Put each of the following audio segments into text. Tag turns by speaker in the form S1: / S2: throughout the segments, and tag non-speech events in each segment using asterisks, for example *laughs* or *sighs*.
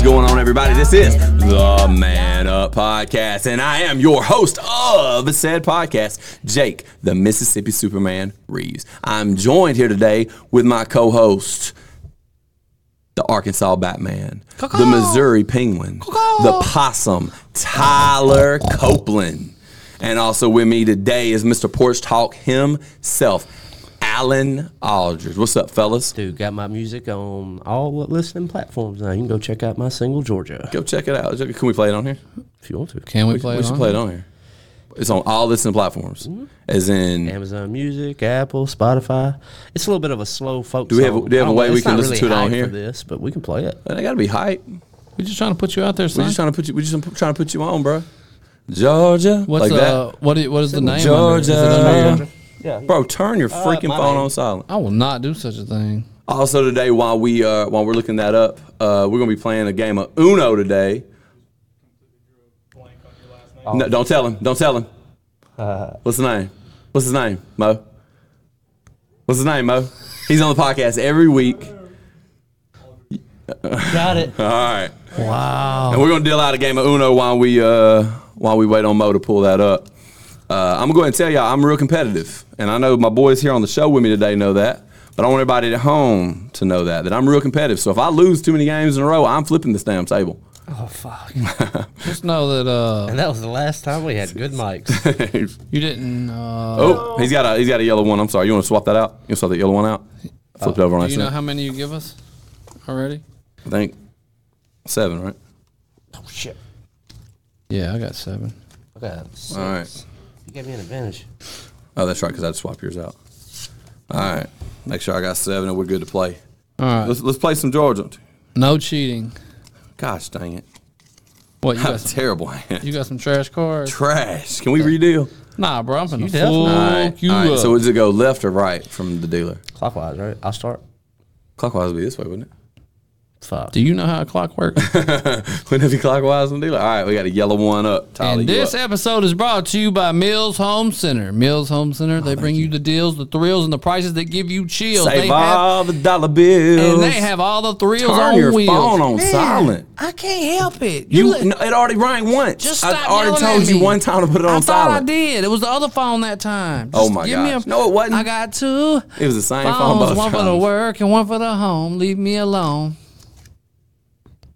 S1: everybody. This is the Man Up Podcast, and I am your host of said podcast, Jake, the Mississippi Superman Reeves. I'm joined here today with my co host, the Arkansas Batman, the Missouri Penguin, the Possum, Tyler Copeland. And also with me today is Mr. Porch Talk himself, Alan Aldridge. What's up, fellas?
S2: Dude, got my music on all listening platforms now. You can go check out my single Georgia
S1: Go check it out. Can we play it on here?
S2: if you want to.
S3: Can we, play
S1: we
S3: it?
S1: should
S3: on?
S1: play it on here. It's on all listening platforms, as in.
S2: Amazon Music, Apple, Spotify. It's a little bit of a slow folk.
S1: we have-
S2: song.
S1: do we have a
S2: I don't
S1: way
S2: know,
S1: we
S2: it's
S1: can
S2: not
S1: listen
S2: really
S1: to it on
S2: hyped for
S1: here?
S2: This, but we can play it.
S1: I gotta be hype.
S3: We're just trying to put you out there,
S1: We're
S3: son.
S1: just trying to put you. We're just trying to put you on, bro. Georgia,
S3: What's
S1: like
S3: uh, what is, what is the name?
S1: that.
S3: under it? Is it under
S1: Georgia,
S3: it?
S2: Yeah, Uh,
S1: bro, turn your freaking
S2: my
S1: phone
S2: name.
S1: on silent.
S3: I will not do such a thing.
S1: Also today, while we uh, while we're looking that up, uh, we're gonna be playing a game of Uno today.
S2: Oh.
S1: No, don't tell him. Don't tell him.
S2: Uh.
S1: What's his name? What's his name, Mo? What's his name, Mo? He's on the podcast every week. *laughs*
S2: got it.
S1: All right.
S3: Wow.
S1: And we're gonna deal out a game of Uno while we uh, while we wait on Mo to pull that up. Uh, I'm gonna go ahead and tell y'all I'm real competitive, and I know my boys here on the show with me today know that. But I want everybody at home to know that that I'm real competitive. So if I lose too many games in a row, I'm flipping this damn
S3: *laughs*
S1: table.
S2: Oh fuck!
S3: Just know that uh,
S2: And that was the last time we had
S1: *laughs*
S2: good mics.
S3: you didn't. Uh,
S1: oh, he's got a he's got a yellow one. I'm sorry. You want to swap that out? You want to swap that yellow one out? Flip it over on
S3: Uh, do you know
S1: accident.
S3: how many you give us already?
S1: I think seven, right?
S2: oh shit!
S3: Yeah, I got seven.
S2: I got six.
S1: All right.
S2: You gave me an advantage.
S1: Oh, that's right, because I'd swap yours out. All right. Make sure I got seven, and we're good to play.
S3: All right.
S1: Let's let's play some Georgia.
S3: No cheating.
S1: Gosh dang it.
S3: What you
S1: I'm
S3: got?
S1: a
S3: Some,
S1: terrible hand.
S3: you got some trash cards?
S1: Trash. Can we redeal?
S3: Nah, bro. I'm finna
S2: definitely-
S1: All
S3: fool
S1: right.
S3: you
S1: All right.
S3: up.
S1: So does it go left or right from the dealer?
S2: Clockwise, right? I'll start.
S1: Clockwise would be this way, wouldn't it?
S2: Fuck.
S3: do you know how a
S1: *laughs*
S3: clock works?
S1: Wouldn't it be clockwise from the dealer? All right, we got a yellow one up. Tyler,
S3: And
S1: you
S3: this
S1: up.
S3: episode is brought to you by Mills Home Center. Mills Home Center, they bring you the deals, the thrills, and the prices that give you chills.
S1: save
S3: they have,
S1: all the dollar bills.
S3: and they have all the thrills
S1: turn
S3: on
S1: your
S3: wheels.
S1: phone on silent.
S3: I can't help it.
S1: You,
S3: let-
S1: no, it already rang once.
S3: just
S1: I
S3: stop
S1: already
S3: yelling at
S1: told you
S3: me.
S1: one time to put it on
S3: I thought I
S1: silent.
S3: did. It was the other phone that time.
S1: Oh
S3: Just
S1: my
S3: give me
S1: gosh.
S3: a-
S1: No, it wasn't.
S3: I got two
S1: It was the same phone
S3: phones,
S1: both
S3: one for the
S1: times.
S3: work and one for the home. Leave me alone.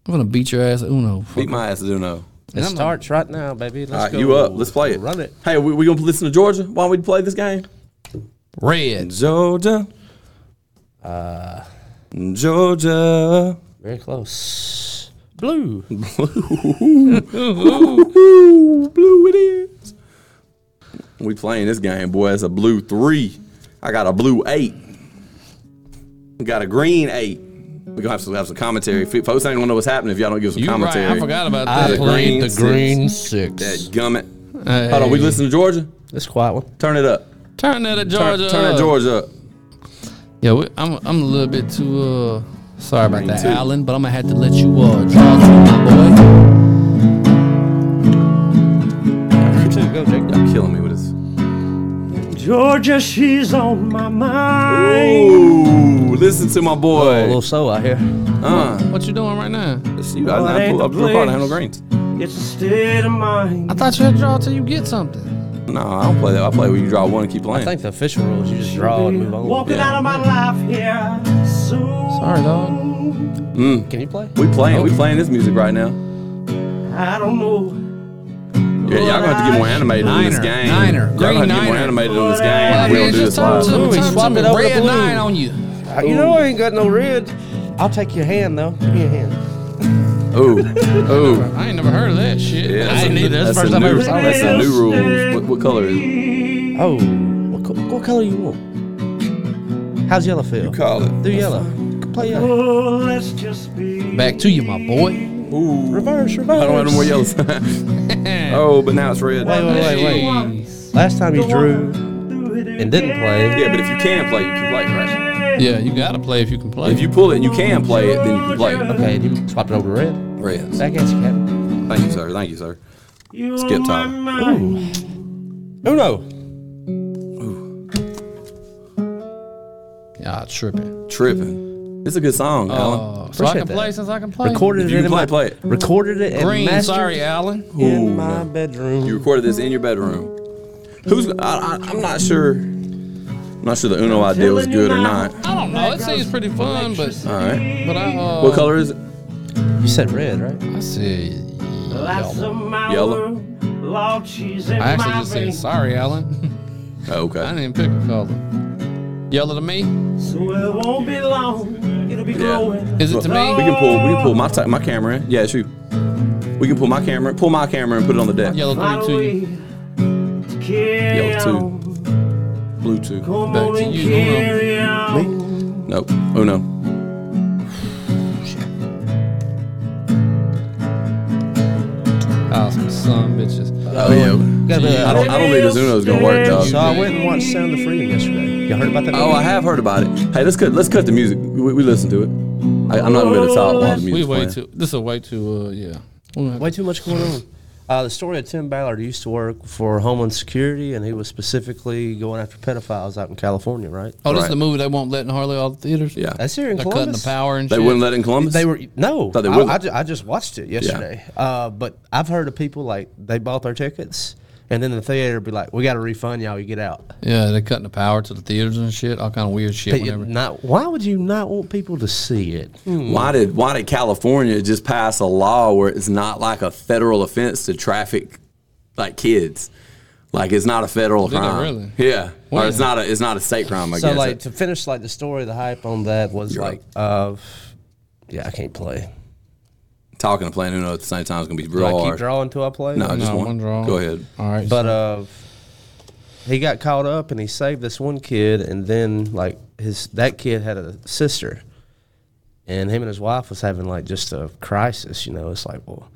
S3: I'm gonna beat your ass, at Uno.
S1: Beat my ass, Uno.
S2: It starts right now, baby. Let's
S1: All right,
S2: go.
S1: you up? Let's play it.
S2: Run it.
S1: Hey, we, we gonna listen to Georgia while we play this game?
S3: Red.
S1: Georgia. Uh, Georgia.
S2: Very close. Blue.
S1: Ooh, blue it is. We playing this game, boy. It's a blue three. I got a blue eight. We got a green eight. We gonna have to have some commentary. F- Folks ain't gonna know what's happening if y'all don't give some
S3: You right.
S1: commentary.
S3: I forgot about
S2: I
S3: that.
S1: play- green
S2: played the
S1: six.
S2: green six.
S1: That gummit. Hold on, we listen to Georgia.
S2: This quiet one.
S1: Turn it up.
S3: Turn that at
S1: Turn,
S3: Georgia.
S1: turn that
S3: up.
S1: Georgia up.
S3: Yeah, we, I'm, I'm a little bit too uh, sorry about that, Alan, but I'm gonna have to let you uh, draw through my boy.
S2: Two, go, Jake.
S1: Y'all killing me with this.
S4: Georgia, she's on my mind.
S1: Ooh, listen to my
S2: A
S3: Oh,
S1: boy.
S2: little soul out here.
S1: Uh,
S3: What you doing right now?
S1: see, I,
S4: Well, it
S1: I
S4: ain't
S1: pull
S4: the
S1: up your part. I
S4: place.
S1: have no greens.
S4: It's a state of mind.
S3: I thought you had to draw till you get something.
S1: No, I don't play that. I play where you draw one and keep
S2: I
S1: playing.
S2: think the official rule is you just draw and move on.
S4: Walking out of my life here soon.
S3: Sorry, dog.
S2: Can you play?
S1: We playing. We playing this music right now.
S4: I don't know.
S1: Yeah, y'all gonna have to get more animated on this
S3: Niner,
S1: game.
S3: niner,
S1: y'all gonna have to get
S3: green
S1: more
S3: niner.
S1: animated on this game.
S3: Hey,
S1: We don't
S3: man,
S1: do
S3: just
S1: this
S3: turn
S1: live.
S3: to
S2: Ooh,
S3: me.
S2: he
S3: Turn
S2: swapped
S3: to
S2: it
S3: me.
S2: over to
S3: Red
S2: blue.
S3: nine on you.
S2: Uh, You know I ain't got no red. I'll take your hand though. Give me a hand.
S1: Ooh,
S3: *laughs*
S1: ooh.
S3: I ain't never heard of that shit.
S1: Yeah,
S3: I
S1: a-
S3: ain't neither. That's the first
S1: a
S3: time I
S1: new,
S3: ever saw
S1: That's
S3: that.
S1: a new rule. What, what color is
S3: *laughs*
S1: it?
S2: Oh, what, co- what color you want? How's yellow feel?
S1: Call it.
S2: Do yellow. Play yellow.
S4: Oh, let's just be.
S3: Back to you, my boy.
S1: Ooh.
S2: Reverse, reverse.
S1: I don't have no more yellows. *laughs* oh, but now it's red.
S2: Wait, wait, wait, wait. Last time you drew and didn't play.
S1: Yeah, but if you can play, you can play, right?
S3: Yeah, you gotta play if you can play.
S1: If you pull it and you can play it, then you can play it.
S2: Okay, you swapped it over to red.
S1: Reds.
S2: Back at you, Captain.
S1: Thank you, sir. Thank you, sir.
S4: You
S1: Skip
S4: on
S1: Tyler.
S4: my mind.
S2: Uno.
S3: yeah, tripping.
S1: Tripping. It's a good song, Alan.
S3: Uh, so I can
S2: Appreciate
S3: play
S2: that.
S3: since I can play.
S2: Recorded
S1: If
S2: it
S1: you
S2: in
S1: can
S2: my
S1: play- play it.
S2: Recorded it and
S3: Green.
S2: mastered
S3: Sorry, Alan.
S1: Ooh,
S2: in my
S1: no.
S2: bedroom.
S1: You recorded this in your bedroom. Who's? I, I, I'm not sure. I'm not sure the Uno idea was good or not.
S3: I don't know. It seems pretty fun, but
S1: All right.
S3: but I. Uh,
S1: What color is it?
S2: You said red, right?
S3: I said
S4: Lots
S3: yellow.
S4: of my
S1: Yellow.
S4: world, Lord, she's in
S3: I actually
S4: my
S3: just said
S4: veins.
S3: sorry, Alan. *laughs*
S1: Oh,
S3: I
S1: okay.
S3: didn't pick a color. Yellow to me?
S4: So it won't be long. It'll be growing.
S3: Is it to
S1: Well, We
S3: me?
S1: can pull. We can pull my ti- my camera in. Yeah, it's you. We can pull my camera. Pull my camera and put it on the deck.
S3: Yellow
S4: Find
S3: three
S4: a
S3: to
S4: way
S3: you.
S4: to carry
S1: Yellow two.
S4: on.
S1: Blue too.
S4: Come
S3: Back
S4: on
S3: to
S4: and
S3: you,
S4: carry on.
S1: Nope. Uno.
S3: Oh, some son bitches.
S1: Oh yeah.
S2: Got a-
S1: I don't. I don't think this Uno's gonna work, dog.
S2: So I went and watched Sound of Freedom yesterday. You heard about that?
S1: Oh, I have heard about it. Hey, let's cut. Let's cut the music. We, we listen to it. I, I'm not gonna be able to top all the music.
S3: We way
S1: playing.
S3: too. This is way too. Uh, yeah. We'll have-
S2: Way too much going on. Uh, the story of Tim Ballard he used to work for Homeland Security, and he was specifically going after pedophiles out in California, right?
S3: Oh, this is
S1: Right.
S3: the movie they won't let in hardly all the theaters.
S1: Yeah.
S2: That's here in
S3: They're cutting the
S2: Columbus.
S3: power and
S1: They
S3: shit.
S1: wouldn't let it in Columbus.
S2: They were no.
S1: Thought they
S2: I,
S1: wouldn't.
S2: I, ju- I just watched it yesterday. Uh, but I've heard of people like they bought their tickets, and then the theater be like, "We got to refund y'all. You get out."
S3: Yeah, they're cutting the power to the theaters and shit. All kind of weird shit.
S2: But you-
S3: Whenever.
S2: not why would you not want people to see it?
S1: Why did Why did California just pass a law where it's not like a federal offense to traffic like kids? Like it's not a federal
S3: Did they
S1: crime.
S3: really?
S1: Yeah. Or
S3: When?
S1: it's not a it's not a state crime. I
S2: So
S1: guess.
S2: like to finish like the story, the hype on that was
S1: You're
S2: like, uh, yeah, I can't play.
S1: Talking and playing Uno at the same time is gonna be
S2: Do
S1: real
S2: I keep
S1: hard.
S2: drawing till I play?
S1: No, just
S3: No,
S1: one.
S3: one draw.
S1: Go ahead.
S3: All right.
S2: But uh, he got caught up and he saved this one kid, and then like his that kid had a sister, and him and his wife was having like just a crisis. You know, it's like well,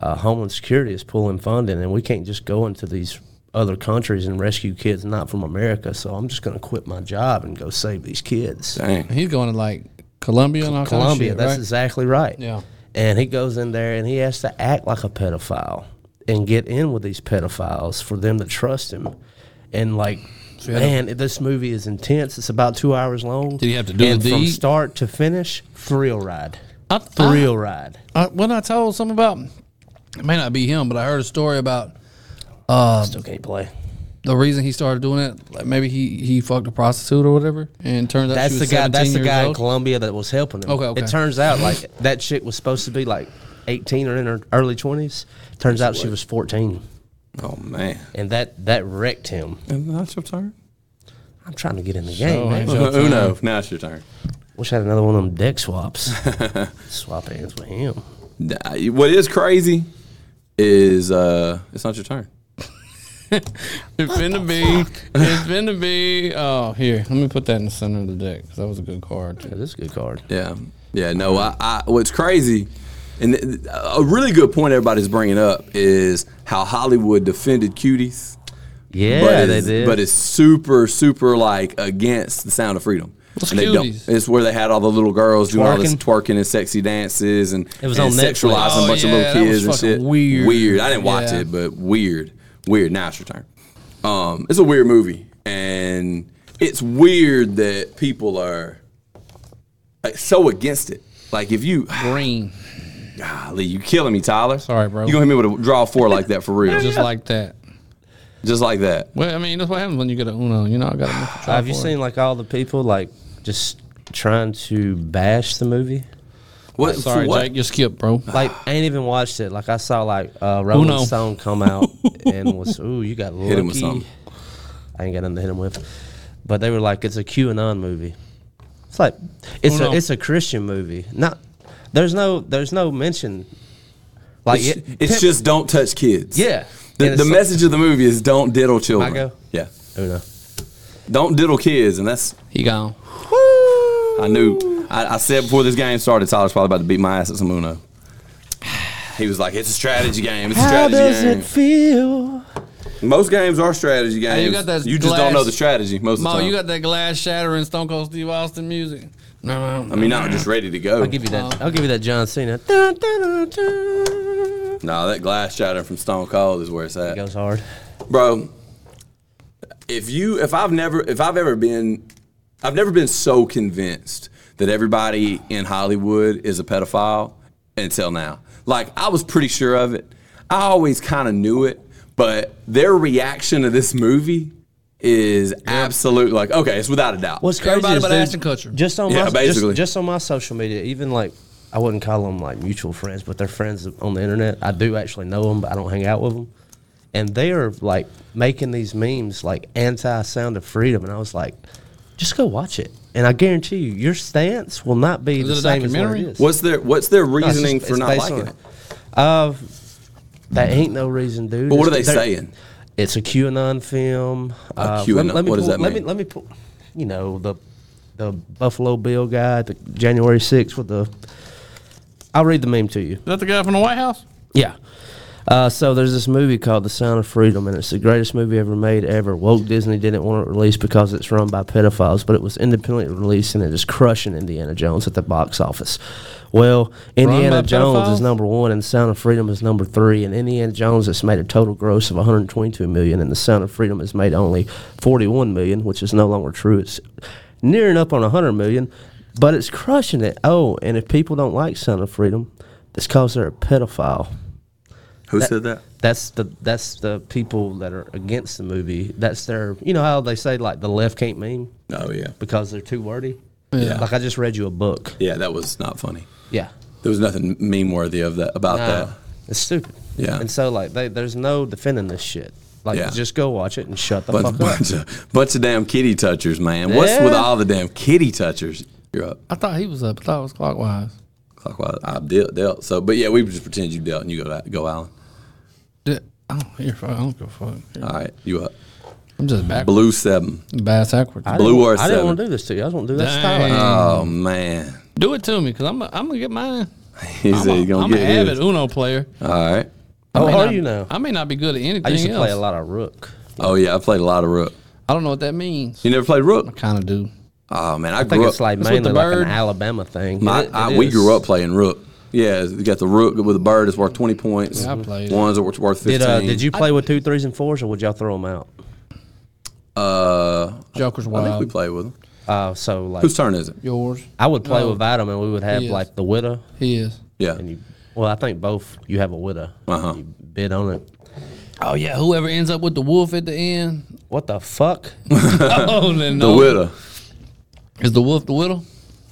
S2: uh, Homeland Security is pulling funding, and we can't just go into these other countries and rescue kids not from America. So I'm just going to quit my job and go save these kids.
S1: Dang.
S3: he's going to like Colombia and all
S2: Colombia.
S3: kind of
S2: That's
S3: shit, right?
S2: exactly right.
S3: Yeah.
S2: And he goes in there and he has to act like a pedophile and get in with these pedophiles for them to trust him. And like, man, this movie is intense. It's about two hours long.
S3: Did he have to do
S2: and
S3: the
S2: from
S3: deed?
S2: start to finish? Thrill ride.
S3: I,
S2: Thrill ride.
S3: I, when I told something about, it may not be him, but I heard a story about
S2: Still can't play.
S3: the reason he started doing it. Like maybe he he fucked a prostitute or whatever, and turns out
S2: That's
S3: she
S2: the
S3: was
S2: guy.
S3: 17
S2: That's the
S3: years
S2: guy in
S3: old.
S2: Colombia that was helping him.
S3: Okay, okay.
S2: It turns out like that chick was supposed to be like 18 or in her early 20s. Turns out she was 14,
S1: Oh man.
S2: and that that wrecked him.
S1: And that's your *laughs* turn.
S2: I'm trying to get in the game. man.
S1: Uno. Now it's your turn.
S2: Wish I had another one of them
S1: *laughs*
S2: deck swaps. Swap hands with him.
S1: Nah, What is crazy is uh it's not your turn.
S3: It's finna be. It's finna be. Oh, here. Let me put that in the center of the deck 'cause that was a good card.
S2: Yeah, this is a good card.
S1: Yeah, yeah. No, I, I. What's crazy, and th- th- a really good point everybody's bringing up is how Hollywood defended cuties,
S2: Yeah,
S1: but
S2: they
S1: is,
S2: did.
S1: but it's super, super like against the sound of freedom.
S3: What's
S1: and they
S3: Cuties?
S1: It's where they had all the little girls doing all this twerking and sexy dances and
S2: It was
S1: and
S2: on Netflix.
S1: sexualizing
S3: Oh,
S1: a bunch
S3: yeah,
S1: of
S3: that
S1: little
S3: was
S1: kids and
S3: fucking
S1: shit.
S3: weird.
S1: weird. I didn't watch
S3: Yeah.
S1: it, but weird, weird. Now it's your turn. Um, it's a weird movie, and it's weird that people are like, so against it. Like if you
S3: Green,
S1: Golly, you killing me, Tyler.
S3: Sorry, bro.
S1: You gonna hit me with a draw four like that for real, just,
S3: *laughs* just like that.
S1: like that.
S3: Well, I mean, that's what happens when you get a Uno. You know, I got to make a try
S2: Have you
S3: for it.
S2: seen like all the people like just trying to bash the movie?
S1: What?
S3: Sorry,
S1: for what?
S3: Jake, you skipped, bro.
S1: *sighs*
S2: Like I ain't even watched it. Like I saw like uh, Rolling
S3: Uno.
S2: Stone
S1: *laughs*
S2: come out and was ooh you got lucky.
S1: Hit him with something.
S2: I ain't got nothing to hit him with. But they were like it's a QAnon movie. It's like it's
S3: Uno.
S2: a it's a Christian movie. Not there's no there's no mention. Like
S1: It's,
S2: it-
S1: it's
S2: Pimp-
S1: just don't touch kids.
S2: Yeah.
S1: The,
S2: And
S1: the
S2: it's-
S1: message of the movie is don't diddle children.
S2: I go?
S1: Yeah.
S2: Uno.
S1: Don't diddle kids, and that's
S3: He gone.
S1: I knew. I, I said before this game started, Tyler's probably about to beat my ass at some Uno. He was like, "It's a strategy game. It's a
S2: How
S1: strategy
S2: does
S1: game."
S2: it feel?
S1: Most games are strategy games.
S3: Hey, you got that
S1: You just don't
S3: glass-
S1: know the strategy most of
S3: Mo,
S1: the time.
S3: you got that glass shattering Stone Cold Steve Austin music. No, no.
S1: I mean, not just ready to go.
S2: I'll give you that. I'll give you that John Cena. Dun, dun, dun, dun.
S1: nah, that glass shattering from Stone Cold is where it's at.
S2: Goes hard.
S1: bro. If you, if I've never, if I've ever been, I've never been so convinced that everybody in Hollywood is a pedophile until now. Like I was pretty sure of it. I always kind of knew it, but their reaction to this movie is absolute. Like okay, it's without a doubt.
S2: What's crazy
S3: Everybody
S2: is,
S3: but
S2: dude,
S3: Ashton Kutcher.
S2: Just on
S1: Yeah,
S2: my,
S1: basically.
S2: Just, just on my social media, even like I wouldn't call them like mutual friends, but they're friends on the internet. I do actually know them, but I don't hang out with them. And they are like making these memes like anti Sound of Freedom, and I was like, just go watch it. And I guarantee you, your stance will not be
S3: it
S2: the
S3: a
S2: same as what
S3: documentary?
S2: it is.
S1: What's their What's their
S2: No, it's
S1: reasoning
S2: just-
S1: for
S2: it's
S1: not
S2: based
S1: liking
S2: on
S1: it?
S2: Uh, that ain't no reason, dude.
S1: But what are
S2: It's-
S1: they
S2: they're-
S1: saying?
S2: It's a QAnon film. Uh,
S1: QAnon.
S2: Let, let me
S1: What does
S2: pull,
S1: that
S2: let
S1: mean?
S2: Me, let me pull. You know the the Buffalo Bill guy, the January 6th with the. I'll read the meme to you.
S3: that the guy from the White House?
S2: Yeah. Uh, so there's this movie called The Sound of Freedom, and it's the greatest movie ever made ever. Woke Disney didn't want it released because it's run by pedophiles, but it was independently released, and it is crushing Indiana Jones at the box office. Well, Indiana
S3: by
S2: Jones is
S3: pedophiles?
S2: number one, and Sound of Freedom is number three, and Indiana Jones has made a total gross of 122 million, and The Sound of Freedom has made only 41 million, which is no longer true. It's nearing up on 100 million, but it's crushing it. Oh, and if people don't like Sound of Freedom, it's because they're a pedophile.
S1: Who said that?
S2: That's the that's the people that are against the movie. That's their you know how they say like the left can't meme
S1: Oh yeah,
S2: because they're too wordy.
S1: Yeah.
S2: Like I just read you a book.
S1: yeah. That was not funny.
S2: Yeah.
S1: There was nothing meme worthy of that about
S2: Nah,
S1: that.
S2: it's stupid.
S1: Yeah.
S2: And so like they, there's no defending this shit. Like
S1: Yeah.
S2: just go watch it and shut the
S1: Bunch,
S2: fuck up.
S1: bunch of bunch of damn kitty touchers, man. What's with
S2: Yeah.
S1: all the damn kitty touchers? You're up.
S3: I thought he was up. I thought it was clockwise.
S1: Clockwise. I dealt, dealt. So, but yeah, we just pretend you dealt and you go, go Alan.
S3: Did- I don't hear. Fuck. I don't give a fuck.
S1: All right, you up.
S3: I'm just back.
S1: Blue seven.
S3: Bass backwards.
S1: *laughs*
S2: I
S1: Blue or
S2: didn't- I didn't want to
S1: seven.
S2: do this to you. I just want to do that
S3: Dang. Uh,
S2: style.
S1: Oh man, *laughs*
S3: Do it to me, cause I'm. i I'm gonna get mine.
S1: he said he's gonna
S3: I'm
S1: get
S3: an avid
S1: his.
S3: Uno player.
S1: All right.
S2: Oh,
S3: May
S2: are
S3: not-
S2: you now?
S3: I may not be good at anything
S2: I used to
S3: else.
S2: play a lot of rook.
S1: Oh yeah, I played a lot of rook.
S3: I don't know what that means.
S1: You never played rook?
S3: Kind of do.
S1: Oh man, I
S2: I think
S1: grew up.
S2: it's like
S3: That's with the
S2: mainly like
S3: bird.
S2: an Alabama
S1: *laughs*
S2: thing.
S1: my,
S2: It- it
S1: I, we
S2: is.
S1: grew up playing rook. Yeah, you got the rook with the bird is worth twenty points.
S3: Yeah, I played it.
S1: Ones are worth worth fifteen.
S2: Did, uh, did you play with two threes and fours, or would y'all throw them out?
S1: Uh,
S3: Joker's
S1: I think we
S3: wild.
S1: played with them.
S2: Uh, so like
S1: Whose turn is it?
S3: Yours.
S2: I would play
S3: No.
S2: without him, and we would have
S3: Yes.
S2: like the widow,
S3: His.
S1: Yeah.
S2: and you. Well, I think both you have a widow.
S1: Uh-huh.
S2: You bid on it.
S3: Oh yeah. Whoever ends up with the wolf at the end.
S2: What the fuck?
S3: oh
S1: *laughs*
S3: then
S1: The
S3: no.
S1: widow.
S3: Is the wolf the widow?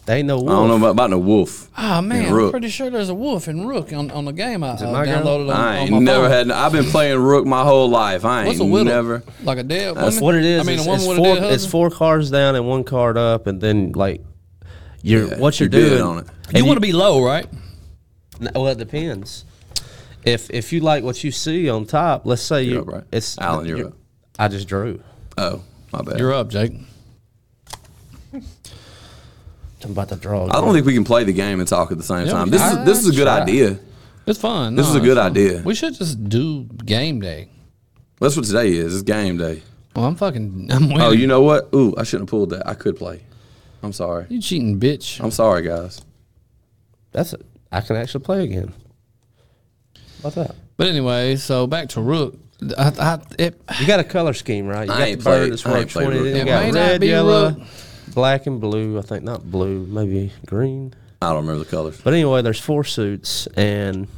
S2: They ain't no
S1: I don't know
S2: wolf.
S1: about, about no wolf.
S3: Oh man,
S1: And Rook.
S3: I'm pretty sure there's a wolf in Rook on, on the game I uh,
S2: my girl?
S3: downloaded on,
S1: I
S3: on
S1: ain't
S3: my
S1: never
S3: phone.
S1: had. I've been playing rook my whole life. I ain't
S3: What's a widow?
S1: never.
S3: Like a dead
S2: That's
S3: woman?
S2: what it is.
S3: I mean,
S2: it's,
S3: a woman
S2: it's
S3: with
S2: four,
S3: a dead
S2: it's four cards down and one card up, and then like you're
S1: Yeah,
S2: what
S1: you
S2: you're
S1: bid
S2: doing
S1: on it.
S2: and
S3: You want to be low, right?
S2: No, well, it depends. If if you like what you see on top, let's say you
S1: up, right?
S2: it's
S1: Alan, you're up.
S2: I just drew.
S1: Oh, my bad.
S3: You're up, Jake.
S2: I'm about to draw.
S1: I don't think we can play the game and talk at the same
S3: Yeah,
S1: time.
S3: we
S1: This
S3: can.
S1: is this is a good
S2: Try.
S1: idea.
S3: It's fun.
S1: This
S3: No,
S1: is a
S3: it's
S1: good
S3: fun.
S1: idea.
S3: We should just do game day.
S1: That's what today is. It's game day.
S3: Well, I'm fucking. I'm winning.
S1: Oh, you
S3: you,
S1: know what? Ooh, I shouldn't have pulled that. I could play. I'm sorry.
S3: cheating bitch.
S1: I'm sorry, guys. e-
S2: that's it. I can actually play again. What's that?
S3: But anyway, so back to Rook. I, I, it,
S2: You got a color scheme, right? You
S1: I
S2: got
S1: ain't
S2: the bird
S1: played-
S2: that's
S1: I ain't
S2: worth
S1: played
S2: 20.
S1: rook.
S2: Then you
S1: It
S3: may
S2: got
S3: not
S2: red,
S3: be
S2: yellow,
S3: rook.
S2: black, and blue. I think not blue, maybe green.
S1: I don't remember the colors.
S2: But anyway, there's four suits, and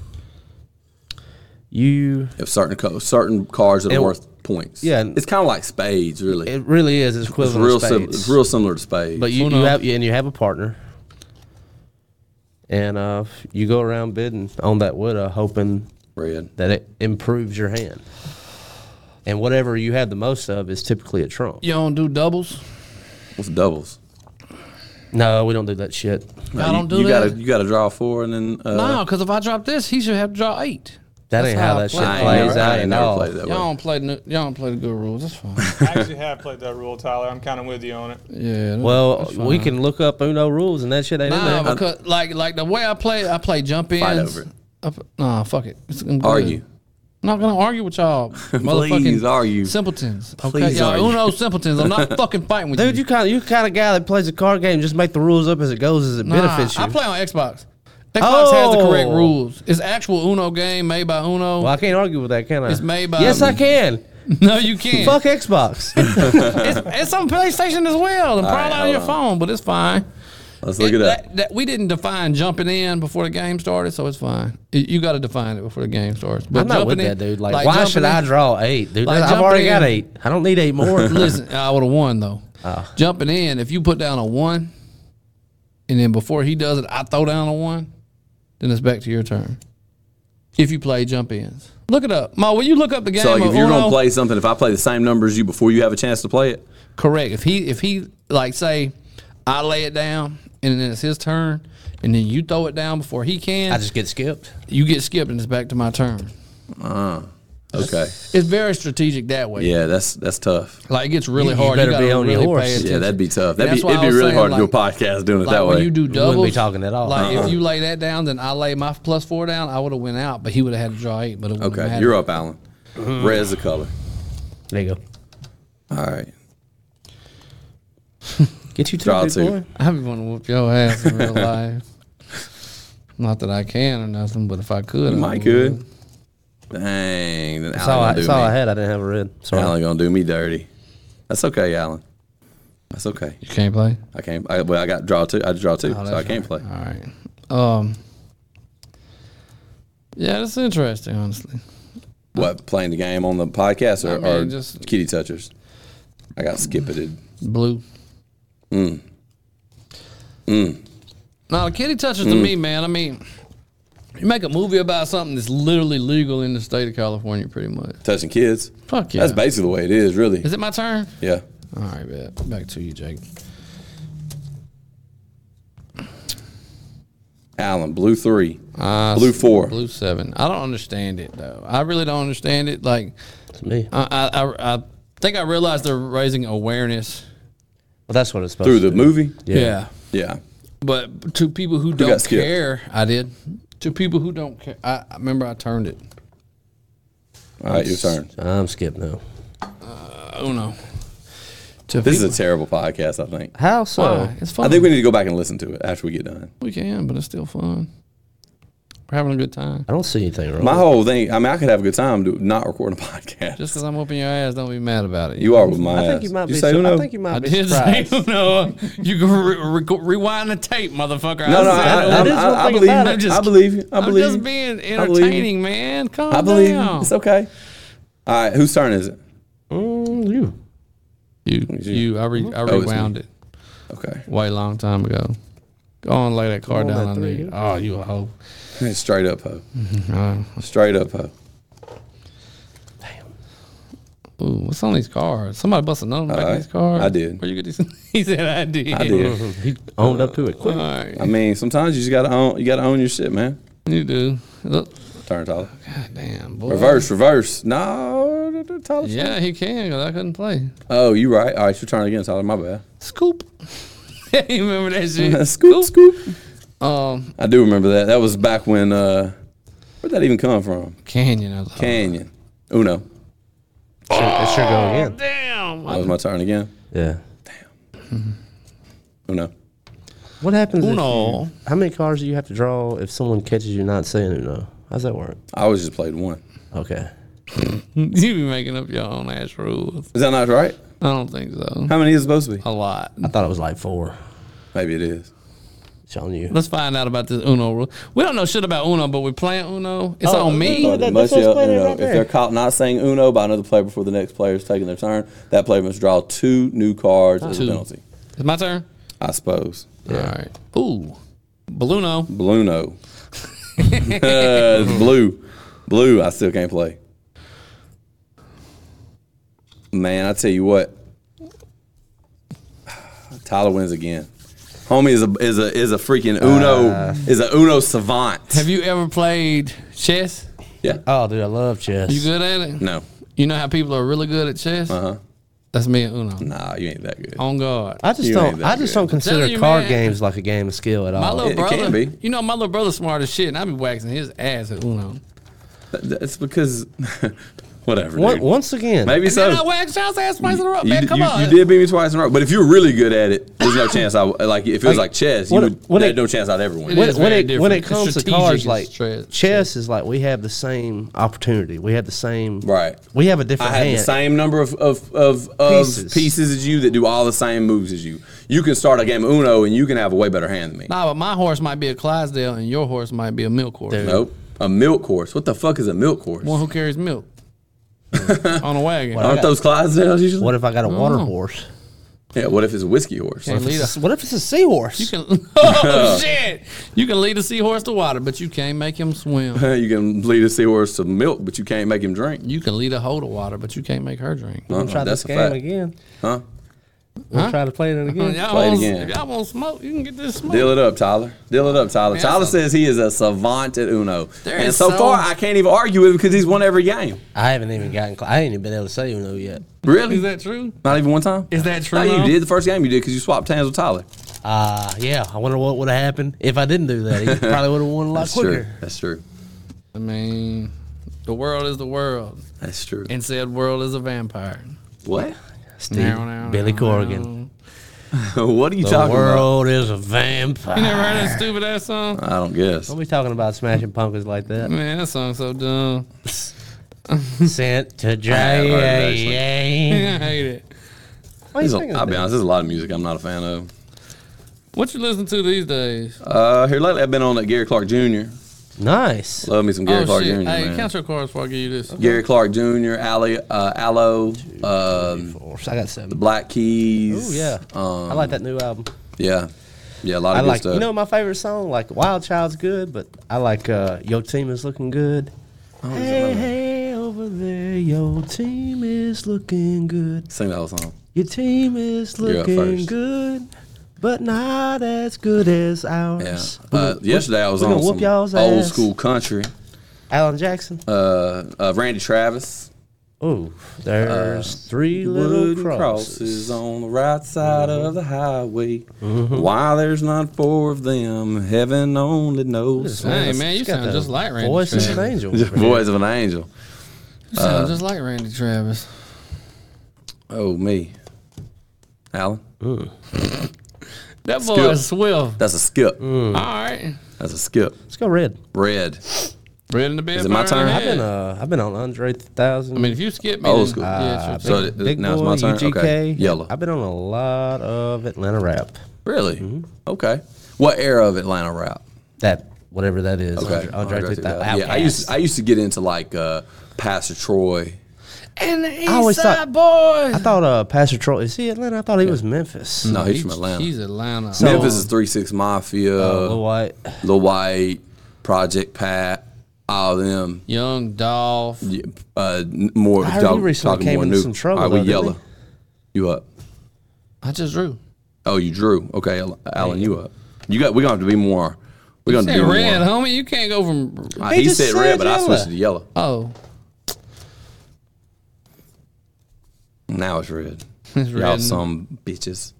S2: you.
S1: If certain co- certain cards that are
S2: And-
S1: worth points.
S2: yeah, and-
S1: it's kind of like spades, really.
S2: It really is. It's
S1: it's
S2: equivalent
S1: real.
S2: to
S1: Sim-
S2: spades.
S1: it's real similar to spades.
S2: But you,
S3: Uno.
S2: you have and you have a partner, and uh, you go around bidding on that widow, hoping
S1: red.
S2: that it improves your hand. And whatever you have the most of is typically a trump.
S3: you don't do doubles.
S1: What's doubles?
S2: No, we don't do that shit.
S1: No,
S3: I
S1: you-
S3: don't do
S1: you
S3: that.
S1: Gotta, you got to draw four and then. Uh,
S3: no, because if I drop this, he should have to draw eight.
S2: That
S3: That's
S2: ain't how
S3: how I
S2: that shit
S3: play. I
S1: I ain't
S2: plays
S1: never, I
S2: out
S1: ain't
S2: at
S1: never
S2: all.
S1: played that
S3: Y'all
S1: way.
S3: don't play. the- Y'all don't play the good rules. That's
S1: *laughs*
S3: fine.
S5: I actually have played that rule, Tyler. I'm kind of with you on it.
S3: Yeah. that-
S2: Well,
S3: that's
S2: we
S3: fine.
S2: can look up Uno rules and that shit ain't in
S3: Nah,
S2: there.
S3: because like like the way I play, I play jump ins.
S1: over it.
S3: I p- Nah, fuck it. It's gonna be
S1: Argue.
S3: good. I'm not gonna argue with y'all, motherfucking
S1: *laughs* Please argue.
S3: simpletons. Okay,
S1: Please
S3: y'all
S1: argue.
S3: Uno simpletons.
S1: *laughs*
S3: I'm not fucking fighting with
S2: Dude, you kind of you kind of guy that plays a card game just make the rules up as it goes as it
S3: Nah,
S2: benefits you.
S3: I play on Xbox. Xbox has the
S2: Oh.
S3: correct rules. It's actual Uno game made by Uno.
S2: well, I can't argue with that, can I?
S3: It's made by-
S2: Yes, I can.
S3: *laughs* No, you can't.
S2: Fuck Xbox.
S3: *laughs* It's, it's on PlayStation as well, and probably
S1: right,
S3: on your
S1: hold
S3: phone, but it's fine.
S1: Let's look it up.
S3: That, that- we didn't define jumping in before the game started, so it's fine. You- You got to define it before the game starts. But
S2: I'm not with
S3: jumping
S2: that,
S3: in-
S2: dude. Like, why
S3: jumping
S2: should I
S3: in-
S2: draw eight, dude?
S3: like
S2: I've already got
S3: jumping
S2: eight. I don't need eight
S3: *laughs*
S2: more.
S3: Listen, I would have won though.
S2: Oh.
S3: Jumping in, if you put down a one, and then before he does it, I throw down a one, then it's back to your turn. If you play jump ins, look it up, Ma. Will you look up the game?
S1: So like,
S3: of
S1: if you're
S3: Uno?
S1: gonna play something, if I play the same number as you before you have a chance to play it,
S3: Correct. If he if he like say I lay it down and then it's his turn and then you throw it down before he can,
S2: I just get skipped.
S3: you get skipped and it's back to my turn.
S1: okay.
S3: It's very strategic that way.
S1: Yeah, that's that's tough.
S3: Like it gets really
S2: You- you
S3: hard.
S2: better
S3: gotta
S2: be on your
S3: really
S2: horse.
S3: pay
S2: Yeah,
S1: Yeah,
S3: attention.
S1: that'd be tough.
S3: And
S1: That'd
S3: that's
S1: be
S3: why
S1: it'd
S3: I
S1: be
S3: was
S1: really
S3: saying,
S1: hard to
S3: like-
S1: do a podcast doing it
S3: Like
S1: that
S3: when
S1: way. Uh-uh.
S3: you do
S2: be
S3: doubles,
S2: talking at all.
S3: Like if you lay that down, then I lay my plus four down. I would have went out, but he would have had to draw eight. But it wouldn't
S1: okay,
S3: matter. *laughs*
S1: you're up, Alan. Red's the color.
S2: There you go.
S1: All right.
S2: Get you two,
S1: Draw
S2: big
S1: two.
S2: boy.
S3: I be want to whoop your ass
S1: *laughs*
S3: in real life. Not that I can or nothing, but if I could, I
S1: My
S3: would.
S1: good. Dang. Then
S2: That's
S1: Alan
S2: all, I,
S1: gonna do
S2: that's all I
S1: me.
S2: had. I didn't have a red. Sorry.
S1: Alan gonna do me dirty. That's okay, Alan. That's okay.
S3: You can't play.
S1: I can't. I, well, I got draw two. I draw two, so I
S3: Oh, that's
S1: can't play.
S3: All right. Um. Yeah, that's interesting. Honestly,
S1: What playing the game on the podcast or,
S3: I mean,
S1: or
S3: just-
S1: kitty touchers? I got skippeted.
S3: blue. Mm. Mm.
S1: Mm.
S3: Now the kitty touches to me, man. I mean, you make a movie about something that's literally legal in the state of California, pretty much.
S1: touching kids.
S3: Fuck yeah.
S1: That's basically the way it is, really.
S3: Is it my turn?
S1: yeah.
S3: All right, bet. Back to you, Jake.
S1: Alan, blue three,
S3: Uh,
S1: blue four.
S3: Blue seven. I don't understand it though. I really don't understand it. Like,
S2: It's me.
S3: I, I, I, I think I realize they're raising awareness.
S2: Well, that's what it's supposed
S1: through
S2: to
S1: the
S2: be.
S1: movie.
S3: yeah.
S1: Yeah.
S3: But to people who don't
S1: got skipped?
S3: care, I did. To people who don't care, I, I remember I turned it.
S1: All right, your turn.
S2: I'm skipped now.
S3: Oh no! To
S1: This is
S3: people,
S1: a terrible podcast. I think.
S2: How so?
S3: Why? Oh, it's fun.
S1: I think we need to go back and listen to it after we get done.
S3: we can, but it's still fun. We're having a good time.
S2: I don't see anything wrong.
S1: My whole thing. I mean, I could have a good time do, not recording a *laughs* podcast.
S3: Just because I'm whooping your ass, don't be mad about it.
S1: you are with my
S2: I think
S1: ass.
S2: you might be.
S1: say
S2: su-
S1: Uno?
S2: I think you might
S3: I
S2: be
S3: did say
S2: surprised.
S3: no. *laughs* You can re- reco- rewind the tape, motherfucker.
S1: no, no.
S3: said
S1: I,
S3: it.
S1: I,
S2: That is one
S1: I, I
S2: thing
S1: believe.
S2: about
S1: you.
S2: it. I'm
S3: just-
S1: I believe. you. I
S3: I'm
S1: believe.
S3: just
S1: you.
S3: being
S1: I believe you.
S3: entertaining, man. Calm
S1: I believe. you.
S3: down.
S1: It's okay. All right, whose turn is it?
S2: Mm, you.
S3: You, you, I, re, I
S1: Oh, it's me.
S3: rewound it
S1: Okay,
S3: way long time ago. Go on, lay that card
S2: on,
S3: down
S2: that
S3: on
S2: three,
S3: me.
S2: dude.
S3: Oh, you a hoe.
S1: straight up ho.
S3: Uh,
S1: Straight up ho.
S3: Ooh, what's on these cards? Somebody busted none back
S1: I-
S3: in these cards.
S1: Uh, I did.
S3: Where you get these? *laughs* he said I did.
S1: I did.
S3: *laughs*
S2: He owned up to it
S3: All
S2: quick.
S3: right,
S1: I mean, sometimes you just gotta own. You gotta own your shit, man.
S3: you do. Look,
S1: Turn, Tyler.
S3: God damn, boy.
S1: Reverse, reverse. No, Tyler.
S3: Yeah, he can. 'cause I couldn't play.
S1: Oh, you right. All right, your turn again, Tyler. My bad. *laughs*
S3: Scoop. *laughs* you remember that shit?
S1: scoop, scoop.
S3: Um,
S1: I do remember that. That was back when. uh Where'd that even come from?
S3: Canyon. I was like,
S1: Canyon. Uno.
S2: Sure, it's sure go again.
S1: *laughs*
S3: Damn.
S1: That was my turn again.
S2: Yeah.
S1: Uno.
S2: What happens? if
S3: Uno.
S2: you- how many cards do you have to draw if someone catches you not saying Uno? How's that work?
S1: I always just played one.
S2: Okay.
S3: *laughs* You be making up your own ass rules.
S1: Is that not right?
S3: I don't think so.
S1: How many is it supposed to be?
S3: A lot.
S2: I thought it was like four.
S1: Maybe it is.
S2: It's on you.
S3: Let's find out about this Uno rule. We don't know shit about Uno, but we're playing Uno. It's
S2: Oh,
S3: on me.
S2: look at that.
S1: Must
S2: That's what's
S1: yell
S2: played
S1: Uno.
S2: right
S1: if
S2: there.
S1: they're caught not saying Uno by another player before the next player is taking their turn, that player must draw two new cards as a
S3: Two.
S1: penalty.
S3: It's my turn.
S1: I suppose.
S3: All right. Ooh. Balluno.
S1: Bluno. *laughs* blue. Blue, I still can't play. Man, I tell you what. Tyler wins again. Homie is a is a is a freaking Uno is a Uno savant.
S3: Uh, Have you ever played chess?
S1: yeah.
S2: Oh, dude, I love chess.
S3: You good at it?
S1: No.
S3: You know how people are really good at chess?
S1: Uh-huh.
S3: That's me and Uno.
S1: Nah, you ain't that good.
S3: On guard.
S2: I just
S1: You ain't
S2: don't.
S1: that
S2: I just
S1: good.
S2: don't consider
S3: Tell you,
S2: card
S3: man.
S2: games like a game of skill at
S3: My
S2: all.
S3: little
S1: it
S3: brother.
S1: can be.
S3: You know, my little brother's smart as shit, and I be waxing his ass at Uno.
S1: Th- th- It's because *laughs* Whatever.
S2: One,
S1: dude.
S2: once again,
S1: Maybe
S3: And
S1: so.
S3: then I waxed y'all's ass twice in a row,
S1: You,
S3: man.
S1: d-
S3: Come
S1: you-
S3: on.
S1: you did beat me twice in a row, but if you're really good at it, there's no chance I w- like. If it was
S2: Like,
S1: like chess,
S2: what-
S1: you would.
S2: what
S1: there's
S2: it-
S1: no chance I'd ever win.
S3: It
S2: when,
S3: is
S2: when
S3: very
S2: it when it
S3: different.
S2: comes to
S3: Strategic
S2: cards
S3: is
S2: like
S3: tra-
S2: chess is like we have the same opportunity. We have the same
S1: Right.
S2: We have a
S1: I
S2: different
S1: have the
S2: hand.
S1: same number of of, of, of pieces.
S2: Pieces.
S1: as you that do all the same moves as you. You can start a game of Uno and you can have a way better hand than me.
S3: Nah, but my horse might be a Clydesdale and your horse might be a milk horse.
S2: Dude.
S1: Nope. A milk course. What the fuck is a milk course?
S3: One who
S1: *laughs*
S3: carries milk on a wagon.
S2: Well, I
S1: Aren't
S2: got-
S1: those Clydesdales usually?
S2: What if I got a water horse?
S1: Mm. yeah. What if it's a whiskey horse?
S3: Can't lead a, *laughs*
S2: What if it's a seahorse?
S3: you can, oh, shit. You can lead a seahorse to water, but you can't make
S1: *laughs*
S3: him swim.
S1: *laughs* you can lead a seahorse to milk, but you can't make him drink.
S3: You can lead a hoe to water, but you can't make her drink.
S1: Uh-uh,
S2: try
S1: that's
S2: this
S1: a
S2: game
S1: fact. Uh-huh,
S2: again.
S1: Huh?
S2: We'll try to play it again.
S3: Y'all
S1: Play it
S3: want,
S1: again.
S3: If y'all want smoke, you can get this smoke.
S1: Deal it up, Tyler. Deal it up, Tyler.
S3: Man,
S1: Tyler
S3: that's a-
S1: says he is a savant at Uno,
S3: There
S1: and
S3: is
S1: so
S3: so-
S1: far I can't even argue with him because he's won every game.
S2: I haven't even gotten. Cl- I ain't even been able to say Uno yet.
S1: Really?
S3: Is that true?
S1: Not even one time.
S3: Is that true?
S1: No, you
S3: though?
S1: did the first game you did because you swapped hands with Tyler.
S2: Uh yeah. I wonder what would have happened if I didn't do that. He
S1: *laughs*
S2: probably would have won a lot
S1: That's
S2: quicker.
S1: true. That's true.
S3: I mean, the world is the world,
S1: That's true.
S3: and said world is a vampire.
S2: *laughs*
S1: what?
S2: Steve,
S3: Now, now,
S2: Billy
S3: now,
S2: Corgan.
S3: now.
S1: what are you
S2: The
S1: talking
S2: world is a vampire.
S3: You never heard that stupid ass song?
S1: about? I don't guess.
S2: Don't be talking about smashing pumpkins like
S1: *laughs*
S2: that.
S3: Man, that song's so dumb. *laughs*
S2: Sent to
S1: haven't heard it, actually.
S2: Jay.
S3: I hate it.
S2: Why you
S1: There's a-
S2: singing
S1: I'll be
S2: that?
S1: honest. There's a lot of music I'm not a fan of.
S3: What you listen to these days?
S1: Uh, here lately, I've been on that Gary Clark Jr.
S2: Nice.
S1: Love me some Gary
S3: oh
S1: Clark
S3: shit!
S1: Jr.
S3: hey,
S1: man.
S3: count your cards before I give you this.
S1: Gary Clark Jr. Allie, uh, Aloe, um,
S2: Four. So I got seven.
S1: Black Keys.
S2: Ooh yeah.
S1: um,
S2: I like that new album.
S1: Yeah, yeah, a lot of
S2: I
S1: good
S2: like
S1: stuff.
S2: you know my favorite song like Wild Child's good, but I like uh, Your Team is looking good.
S1: Oh,
S2: Hey, hey, over there, your team is looking good.
S1: Sing that whole song.
S2: Your team is
S1: You're up
S2: looking
S1: first.
S2: good, but not as good as
S1: Yeah.
S2: ours.
S1: Uh, yesterday I was
S2: we're
S1: on
S2: gonna whoop
S1: some
S2: y'all's
S1: old
S2: ass.
S1: school country.
S2: Alan Jackson.
S1: Uh, uh, Randy Travis.
S2: oh, there's three little
S1: Uh, Wooden
S2: crosses.
S1: on the right side of the highway. Why there's not four of them, heaven only knows.
S3: Hey
S2: It's
S3: man, you
S2: got
S3: sound
S2: the Uh,
S3: just like Randy
S2: Voice
S3: Travis.
S2: of an
S1: *laughs*
S2: angel.
S1: The voice of an angel.
S3: You sound just like Randy Travis.
S1: Oh me, Alan.
S3: That boy
S1: Skip.
S3: is swift.
S1: That's a skip.
S3: All right.
S1: That's a skip.
S2: Let's go red.
S1: Red.
S3: Red in the bed.
S1: Is it my
S3: fire in the
S1: turn? I've
S2: I've been
S3: head. i
S2: uh, I've been on Andre
S3: I
S2: 3000.
S3: mean, if you skip me,
S1: Old
S3: then-
S1: school.
S3: Yeah,
S2: Uh,
S3: it's your
S1: So
S3: turn.
S1: it- now it's my turn? Okay, yellow.
S2: I've been on a lot of Atlanta rap.
S1: Really? Okay. What era of Atlanta rap?
S2: That whatever that is.
S1: Okay.
S2: Andre, Andre,
S1: Andre
S2: 3000.
S1: 3000. Yeah, I used I used to get into like uh, Pastor Troy.
S3: and the East
S2: always thought-
S3: Side Boys.
S2: I thought uh, Pastor Troy is he Atlanta? I thought he was Memphis.
S1: No, he's
S3: He-
S1: from Atlanta.
S3: He's Atlanta.
S1: Memphis is Three Six Mafia,
S2: Uh, Lil White.
S1: Lil White, Project Pat, all them.
S3: Young Dolph.
S1: Yeah, Uh, n- more
S2: I heard
S1: dog-
S2: you recently
S1: talking
S2: came
S1: more
S2: into
S1: new.
S2: some trouble,
S1: All right, we
S2: though, didn't
S1: yellow. You up?
S3: I just drew.
S1: Oh, you drew. Okay, Al- Alan, you up? You got. We're gonna have to be more. We're
S3: You
S1: gonna
S3: said
S1: do
S3: red,
S1: more.
S3: homie. You can't go from.
S1: Uh,
S2: He
S1: he
S2: just
S1: said
S2: said
S1: red, but I
S2: yellow.
S1: switched it to yellow.
S3: Oh,
S1: Now it's red.
S3: it's
S1: Y'all
S3: red.
S1: some bitches.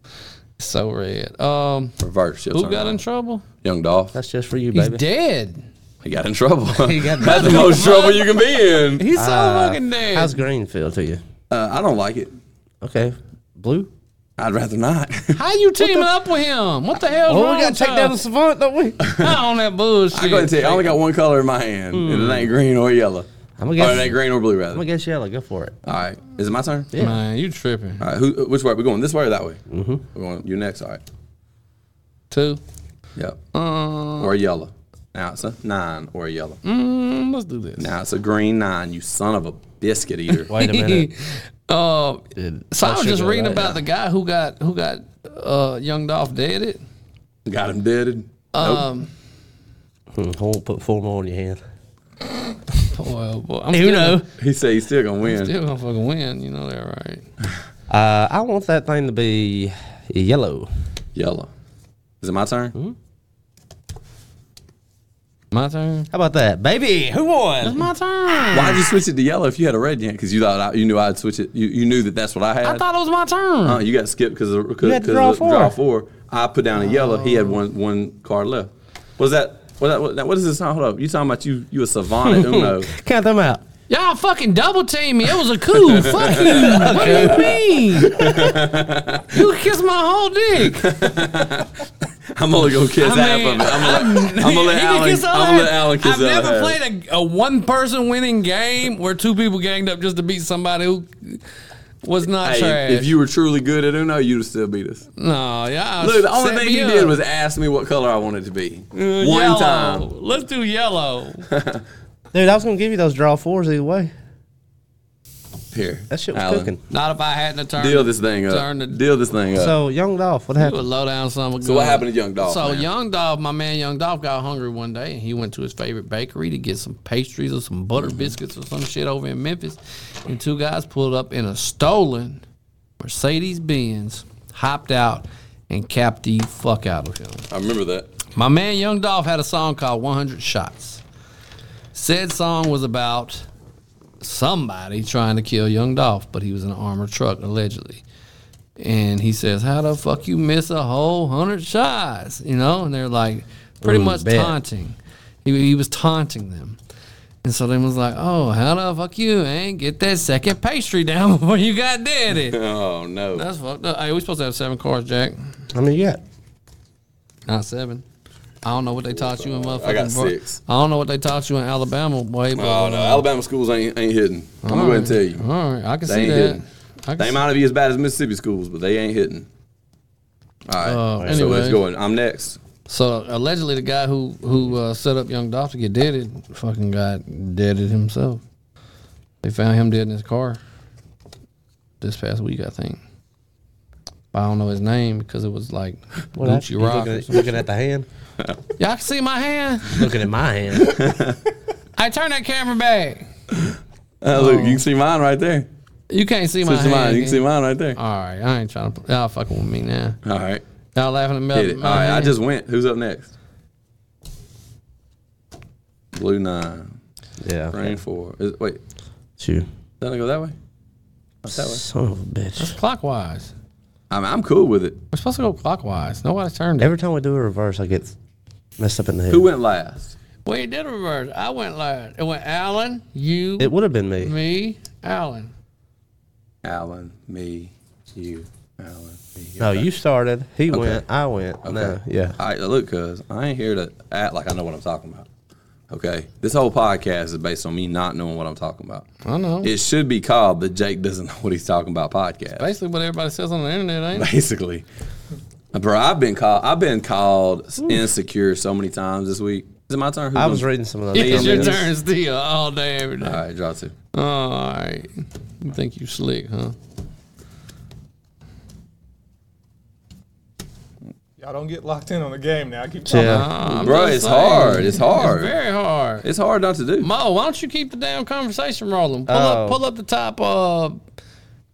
S3: so red. Um,
S1: Reverse. your
S3: who
S1: turn.
S3: got in trouble?
S1: Young Dolph.
S2: That's just for you,
S3: He's
S2: baby.
S3: dead.
S1: He got in
S2: *laughs*
S1: trouble. *laughs*
S2: got
S1: That's the most trouble you can be in.
S3: He's so fucking dead.
S2: How's green feel to you?
S1: Uh, I don't like it.
S2: Okay, blue.
S1: I'd rather not. *laughs*
S3: How you teaming up with him? What the hell?
S2: Oh,
S3: wrong
S2: we gotta
S3: with
S2: take
S3: y'all?
S2: down the
S3: *laughs*
S2: savant, don't *laughs* we?
S3: Not on that bullshit.
S1: I go ahead and tell you, I only got one color in my hand,
S3: Hmm.
S1: and it ain't green or yellow.
S2: I'm gonna
S1: Or
S2: guess.
S1: it ain't green or blue, rather.
S2: I'm gonna guess yellow. Go for it.
S1: All right. Is it my turn?
S2: Yeah.
S3: Man, you tripping?
S1: All right. Who, which way? we going this way or that way? Mm-hmm. We're going, you next. All right.
S3: Two.
S1: Yep. or yellow. Now it's a nine or a yellow.
S3: Uh, Mm, let's do this.
S1: Now it's a green nine, you son of a biscuit eater.
S2: *laughs* Wait a minute.
S3: *laughs* Uh, so I was just reading
S2: right?
S3: about the guy who got who got uh, Young Dolph deaded.
S1: *laughs* got him deaded. nope.
S2: Hmm, I won't put four more in your hand.
S3: Boy, oh boy, I'm still,
S2: know?
S1: He said he's still going to win.
S3: still gonna fucking win. You know that, right?
S2: Uh, I want that thing to be yellow.
S1: Yellow. Is it my turn?
S2: Mm-hmm.
S3: My turn.
S2: How about that, baby? Who won?
S3: My turn.
S1: Why'd you switch it to yellow if you had a red yet? Because you thought I, you knew I'd switch it. You, you knew that that's what I had.
S3: I thought it was my turn.
S1: Uh, you got skipped because of, cause,
S2: had to
S1: 'cause
S2: draw
S1: of
S2: four. Oh.
S1: draw four. I put down a yellow. He had one one card left.
S2: *laughs*
S1: Was that? What, that, what, that- what is this? Hold up. You talking about you? You a savant at Uno?
S2: Count them out.
S3: Y'all fucking double team me. It was
S1: *laughs*
S3: a coup. Fuck you. What do
S2: *laughs*
S3: you mean? You kissed my whole dick.
S1: *laughs* I'm only gonna kiss
S3: I
S1: half
S3: mean,
S1: of it. I'm gonna, I'm gonna let
S3: he can
S1: Alan.
S3: kiss
S1: I'm
S3: all
S1: gonna let
S3: that.
S1: Alan kiss
S3: I've
S1: the other
S3: never
S1: half.
S3: played a, a one person winning game where two people ganged up just to beat somebody who was not trash.
S1: Hey, if you were truly good at Uno, you'd have still beat us.
S3: no, yeah.
S1: Look, the only
S3: set
S1: thing
S3: me
S1: you
S3: up. Mm,
S1: did was ask me what color I wanted to be. One
S3: Yellow.
S1: time.
S3: Let's do yellow.
S2: Dude, I was gonna give you those draw fours either way.
S1: Here.
S2: That shit was
S1: Alan,
S2: cooking.
S3: Not if I hadn't turned.
S1: Deal this thing up.
S3: Turn the-
S1: Deal this thing up.
S2: So young Dolph, what
S3: It was
S2: happened?
S3: low down something.
S1: So what happened to Young Dolph,
S3: So
S1: man?
S3: Young Dolph, my man Young Dolph got hungry one day and he went to his favorite bakery to get some pastries or some
S1: Mm-hmm.
S3: butter biscuits or some shit over in Memphis. And two guys pulled up in a stolen Mercedes Benz, hopped out, and capped the fuck out of him.
S1: I remember that.
S3: My man Young Dolph had a song called 100 Shots. Said song was about somebody trying to kill Young Dolph, but he was in an armored truck, allegedly. And he says, How the fuck you miss a whole 100 shots? You know, and they're like, pretty
S2: Ooh,
S3: much
S2: bet.
S3: taunting. He, he was taunting them. And so they was like, Oh, how the fuck you ain't get that second pastry down *laughs* before you
S2: *laughs*
S3: got deaded?
S1: Oh no.
S3: That's fucked up. Hey, we supposed to have seven cars, Jack.
S2: I mean, yeah.
S3: Not seven. I don't know what they taught you in motherfucking.
S1: I got
S3: Ver-
S1: six.
S3: I don't know what they taught you in Alabama, boy. But,
S1: Oh no. Alabama schools ain't ain't hidden. I'm gonna go ahead and tell you.
S3: All right, I can
S1: They
S3: see
S1: ain't
S3: that.
S1: hitting.
S3: I can
S1: They
S3: see-
S1: might not be as bad as Mississippi schools, but they ain't hitting. All right.
S3: Uh,
S1: So let's
S3: anyway.
S1: go. in. I'm next.
S3: So allegedly, the guy who who uh, set up Young Dolph to get deaded, fucking got deaded himself. They found him dead in his car this past week, I think. But I don't know his name because it was like
S2: *laughs* What
S3: Gucci
S2: happened? You
S3: Rock.
S2: looking, at, looking at the hand,
S3: Y'all can see my hand.
S2: looking at my hand.
S3: I turn that camera back.
S1: Uh, look, you can see mine right there.
S3: You can't see my
S1: Switch to
S3: hand.
S1: mine. You can see
S3: my-
S1: mine right there.
S3: All right, I ain't trying to. Y'all fucking with me now.
S1: All right.
S3: Y'all laughing at me.
S1: Hit it. All
S3: my
S1: right. I
S3: hand?
S1: just went. Who's up next? Blue nine.
S2: yeah.
S1: Rain four. Is, wait.
S2: Shoot.
S1: Doesn't it go that way?
S2: Son of a bitch.
S3: clockwise.
S1: I mean, I'm cool with it.
S3: We're supposed to go clockwise. Nobody's turned it.
S2: Every time we do a reverse, I get messed up in the head.
S1: Who went last?
S3: We did a reverse. I went last. It went Allen, you,
S2: It would have been me.
S3: me, Allen.
S1: Alan, me, you, Alan, me.
S2: No, you started. He went. I went. No, yeah.
S1: All right, look, cuz I ain't here to act like I know what I'm talking about. Okay. This whole podcast is based on me not knowing what I'm talking about.
S3: I know.
S1: It should be called the Jake Doesn't Know What He's Talking About podcast.
S3: Basically, what everybody says on the internet
S1: *laughs*
S3: ain't it?
S1: Basically. Bro, I've been called I've been called insecure so many times this week. Is it my turn? Who's
S2: I was
S1: gonna-
S2: reading some of those.
S3: It's your
S2: comments.
S3: turn, still, all day, every day.
S1: All right, draw two.
S3: Oh, all right. You think you slick, huh?
S5: Y'all don't get locked in on the game now. I keep talking.
S2: Yeah.
S3: Nah, I'm
S1: Bro,
S3: just
S1: it's hard. It's hard.
S3: It's very hard.
S1: It's hard not to do.
S3: Mo, why don't you keep the damn conversation rolling? Pull
S2: Oh.
S3: up, pull up the top, uh,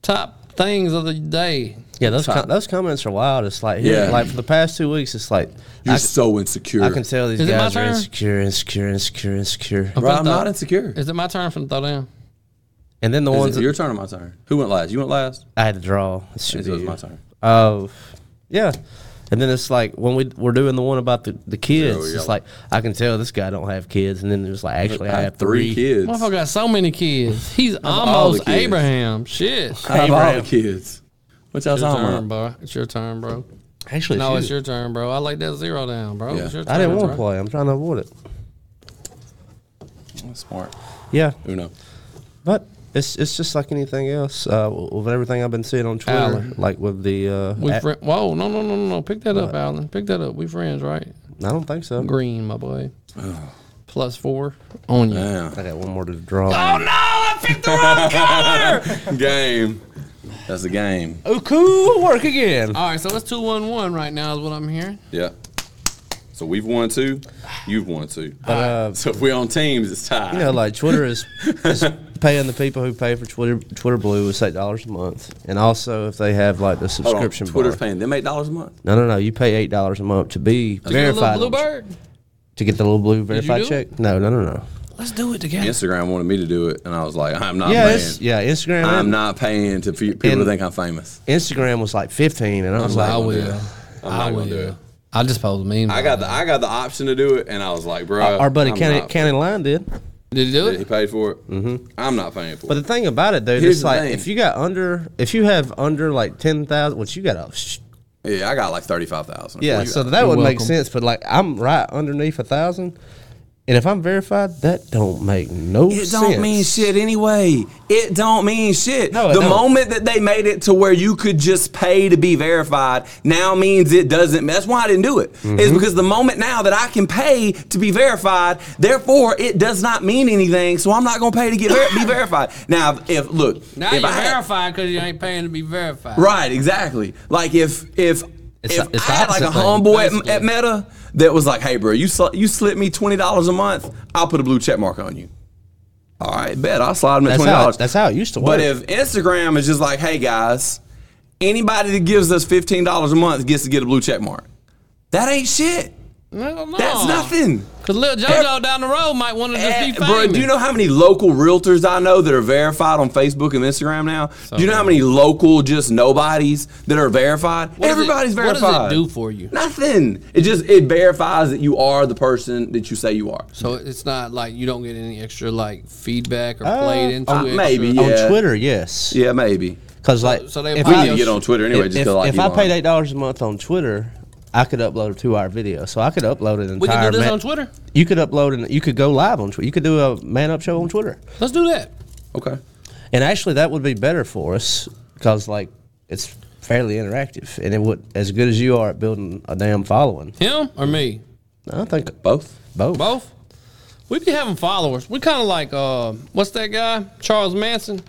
S3: top things of the day.
S2: Yeah, those com- those comments are wild. It's like
S1: Yeah.
S2: like for the past two weeks, it's like
S1: You're so insecure.
S2: I can tell these
S3: Is it my
S2: guys are
S3: turn?
S2: insecure, insecure, insecure, insecure.
S1: Bro, I'm
S3: But the-
S1: not insecure.
S3: Is it my turn for the throwdown?
S2: And then the ones
S1: Is it
S2: that
S1: your turn or my turn? Who went last? You went last?
S2: I had to draw. It should
S1: It
S2: be
S1: was
S2: you.
S1: my turn.
S2: Oh, yeah. And then it's like when we we're doing the one about the, the kids,
S1: Zero,
S2: it's
S1: yellow.
S2: like I can tell this guy don't have kids, and then it was like actually I,
S1: I
S2: have
S1: had three,
S2: three.
S1: kids.
S3: Motherfucker got so many kids. He's
S1: all the
S3: almost
S1: kids.
S3: Abraham. Shit.
S1: I have all
S2: Abraham.
S1: the kids. What y'all
S3: It's your
S1: talking
S3: turn,
S1: about?
S3: bro. It's your turn, bro.
S2: Actually,
S3: No,
S2: you.
S3: it's your turn, bro. I like that zero down, bro.
S1: Yeah.
S3: It's your turn,
S2: I didn't want
S3: bro.
S2: to play. I'm trying to avoid it.
S1: That's smart.
S2: Yeah,
S1: Uno.
S2: but it's it's just like anything else. Uh, with everything I've been seeing on Twitter,
S3: Alan.
S2: like with the uh,
S3: We
S2: a-
S3: fri Whoa, no, no, no, no, no. Pick that up, Alan. Pick that up. We friends, right?
S2: I don't think so.
S3: Green,
S1: *sighs*
S3: my boy. Plus four on you.
S1: Yeah.
S2: I got one more to draw.
S3: Oh, no. I picked the wrong color.
S1: game. That's a game.
S2: Oh, cool work again.
S3: All right, so it's 2 1 1 right now, is what I'm hearing.
S1: Yeah. So we've won two. You've won two.
S2: Uh,
S1: So if we're on teams, it's tied.
S2: you know, like Twitter is,
S1: *laughs*
S2: is paying the people who pay for Twitter Twitter Blue is eight dollars a month, and also if they have like the
S1: Hold on.
S2: subscription.
S1: Twitter's
S2: bar.
S1: paying them eight dollars a month.
S2: No, no, no. You pay eight dollars a month to be
S3: Little
S2: verified
S3: Bluebird.
S2: to get the little blue
S3: you
S2: verified
S3: do it?
S2: check. No, no, no, no.
S3: Let's do it together.
S1: Instagram wanted me to do it, and I was like, I'm not
S2: yeah, it's,
S1: paying.
S2: yeah. Instagram.
S1: I'm not paying to fe- people to
S2: And-
S1: think I'm famous.
S2: Instagram was like fifteen, and I was
S1: not
S3: I
S2: like,
S1: gonna
S3: will.
S1: do it. I'm not
S3: I
S1: gonna do it.
S3: will. I just posed a meme.
S1: I got the I got the option to do it, and I was like, bro.
S2: our buddy
S1: I'm
S2: County
S1: not-
S2: County Line did.
S3: Did he do
S1: He
S3: it?
S1: paid for it. Mm-hmm. I'm not paying for
S2: But
S1: it.
S2: the thing about it, dude,
S1: Here's
S2: it's
S1: the
S2: like
S1: thing.
S2: if you got under, if you have under like ten thousand, which you got a, sh-
S1: Yeah, I got like thirty-five thousand.
S2: yeah, so that would make
S3: welcome.
S2: sense. But like I'm right underneath a thousand, and if I'm verified, that don't make no
S1: It
S2: sense.
S1: don't mean shit anyway. It don't mean shit.
S2: No, it
S1: the
S2: don't.
S1: moment that they made it to where you could just pay to be verified now means it doesn't. That's why I didn't do it. Is
S2: Mm-hmm.
S1: because the moment now that I can pay to be verified, therefore it does not mean anything. So I'm not gonna pay to get ver- be *laughs* verified. Now, if, if- look,
S3: Now
S1: if
S3: you're
S1: I had-
S3: verified because you ain't paying to be verified.
S1: Right, exactly. Like if if
S2: It's
S1: if
S2: the- it's
S1: I
S2: the
S1: had like a
S2: opposite thing,
S1: homeboy at,
S3: basically.
S1: at Meta that was like, "Hey, bro, you sl- you slip me twenty dollars a month, I'll put a blue check mark on you." All right, bet I'll slide him at
S2: That's
S1: twenty
S2: how
S1: dollars.
S2: it, that's how it used to work.
S1: But if Instagram is just like, "Hey guys, anybody that gives us fifteen dollars a month gets to get a blue check mark," that ain't shit.
S3: No, no.
S1: That's nothing.
S3: Because little JoJo down the road might want to just be
S1: Eh,
S3: famous.
S1: Bro, do you know how many local realtors I know that are verified on Facebook and Instagram now? do you know how many local just nobodies that are verified?
S3: What does it-
S1: Everybody's
S3: what does it
S1: verified.
S3: do for you?
S1: Nothing. It just it verifies that you are the person that you say you are.
S3: So it's not like you don't get any extra like feedback or played into
S1: uh,
S3: it. Oh,
S1: maybe,
S3: So-
S2: on
S1: yeah.
S2: Twitter, yes,
S1: Yeah, maybe.
S2: because like
S3: so they
S2: if
S3: We
S2: I-
S3: need to
S1: You get on Twitter anyway.
S2: if,
S1: just
S2: if,
S1: 'cause like
S2: if I
S1: Elon.
S2: paid eight dollars a month on Twitter, I could upload a two-hour video, so I could upload an entire.
S3: We can do this
S2: ma-
S3: on Twitter.
S2: You could upload and you could go live on Twitter. You could do a man up show on Twitter,
S3: Let's do that.
S1: Okay.
S2: and actually that would be better for us because like it's fairly interactive, and it would as good as you are at building a damn following.
S3: Him or me?
S2: I think
S1: Both.
S2: both.
S3: Both. We be having followers. We kind of like uh, what's that guy? Charles Manson.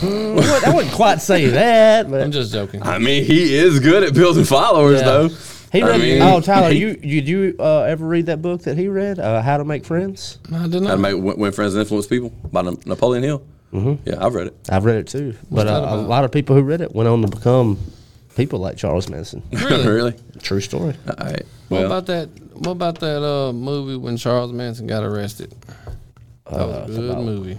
S2: I wouldn't- I wouldn't quite say that,
S3: I'm *laughs*
S2: but
S1: *laughs*
S3: just joking.
S1: I mean, he is good at building followers
S3: Yeah.
S1: though.
S2: he
S1: I
S2: read.
S1: mean,
S2: oh, Tyler, you you- did you uh, ever read that book that he read, uh, How to Make Friends?
S3: I did
S1: How
S3: not.
S1: to make win, Win friends and influence people by Na- Napoleon Hill. Mm-hmm. Yeah, I've read it. *laughs*
S2: I've read it too, but
S3: that
S2: uh, a
S3: about?
S2: lot of people who read it went on to become people like Charles Manson.
S3: Really?
S2: True story.
S1: All right.
S3: What
S1: Well,
S3: about that? What about that uh, movie when Charles Manson got arrested? That
S1: Uh,
S3: was a good movie.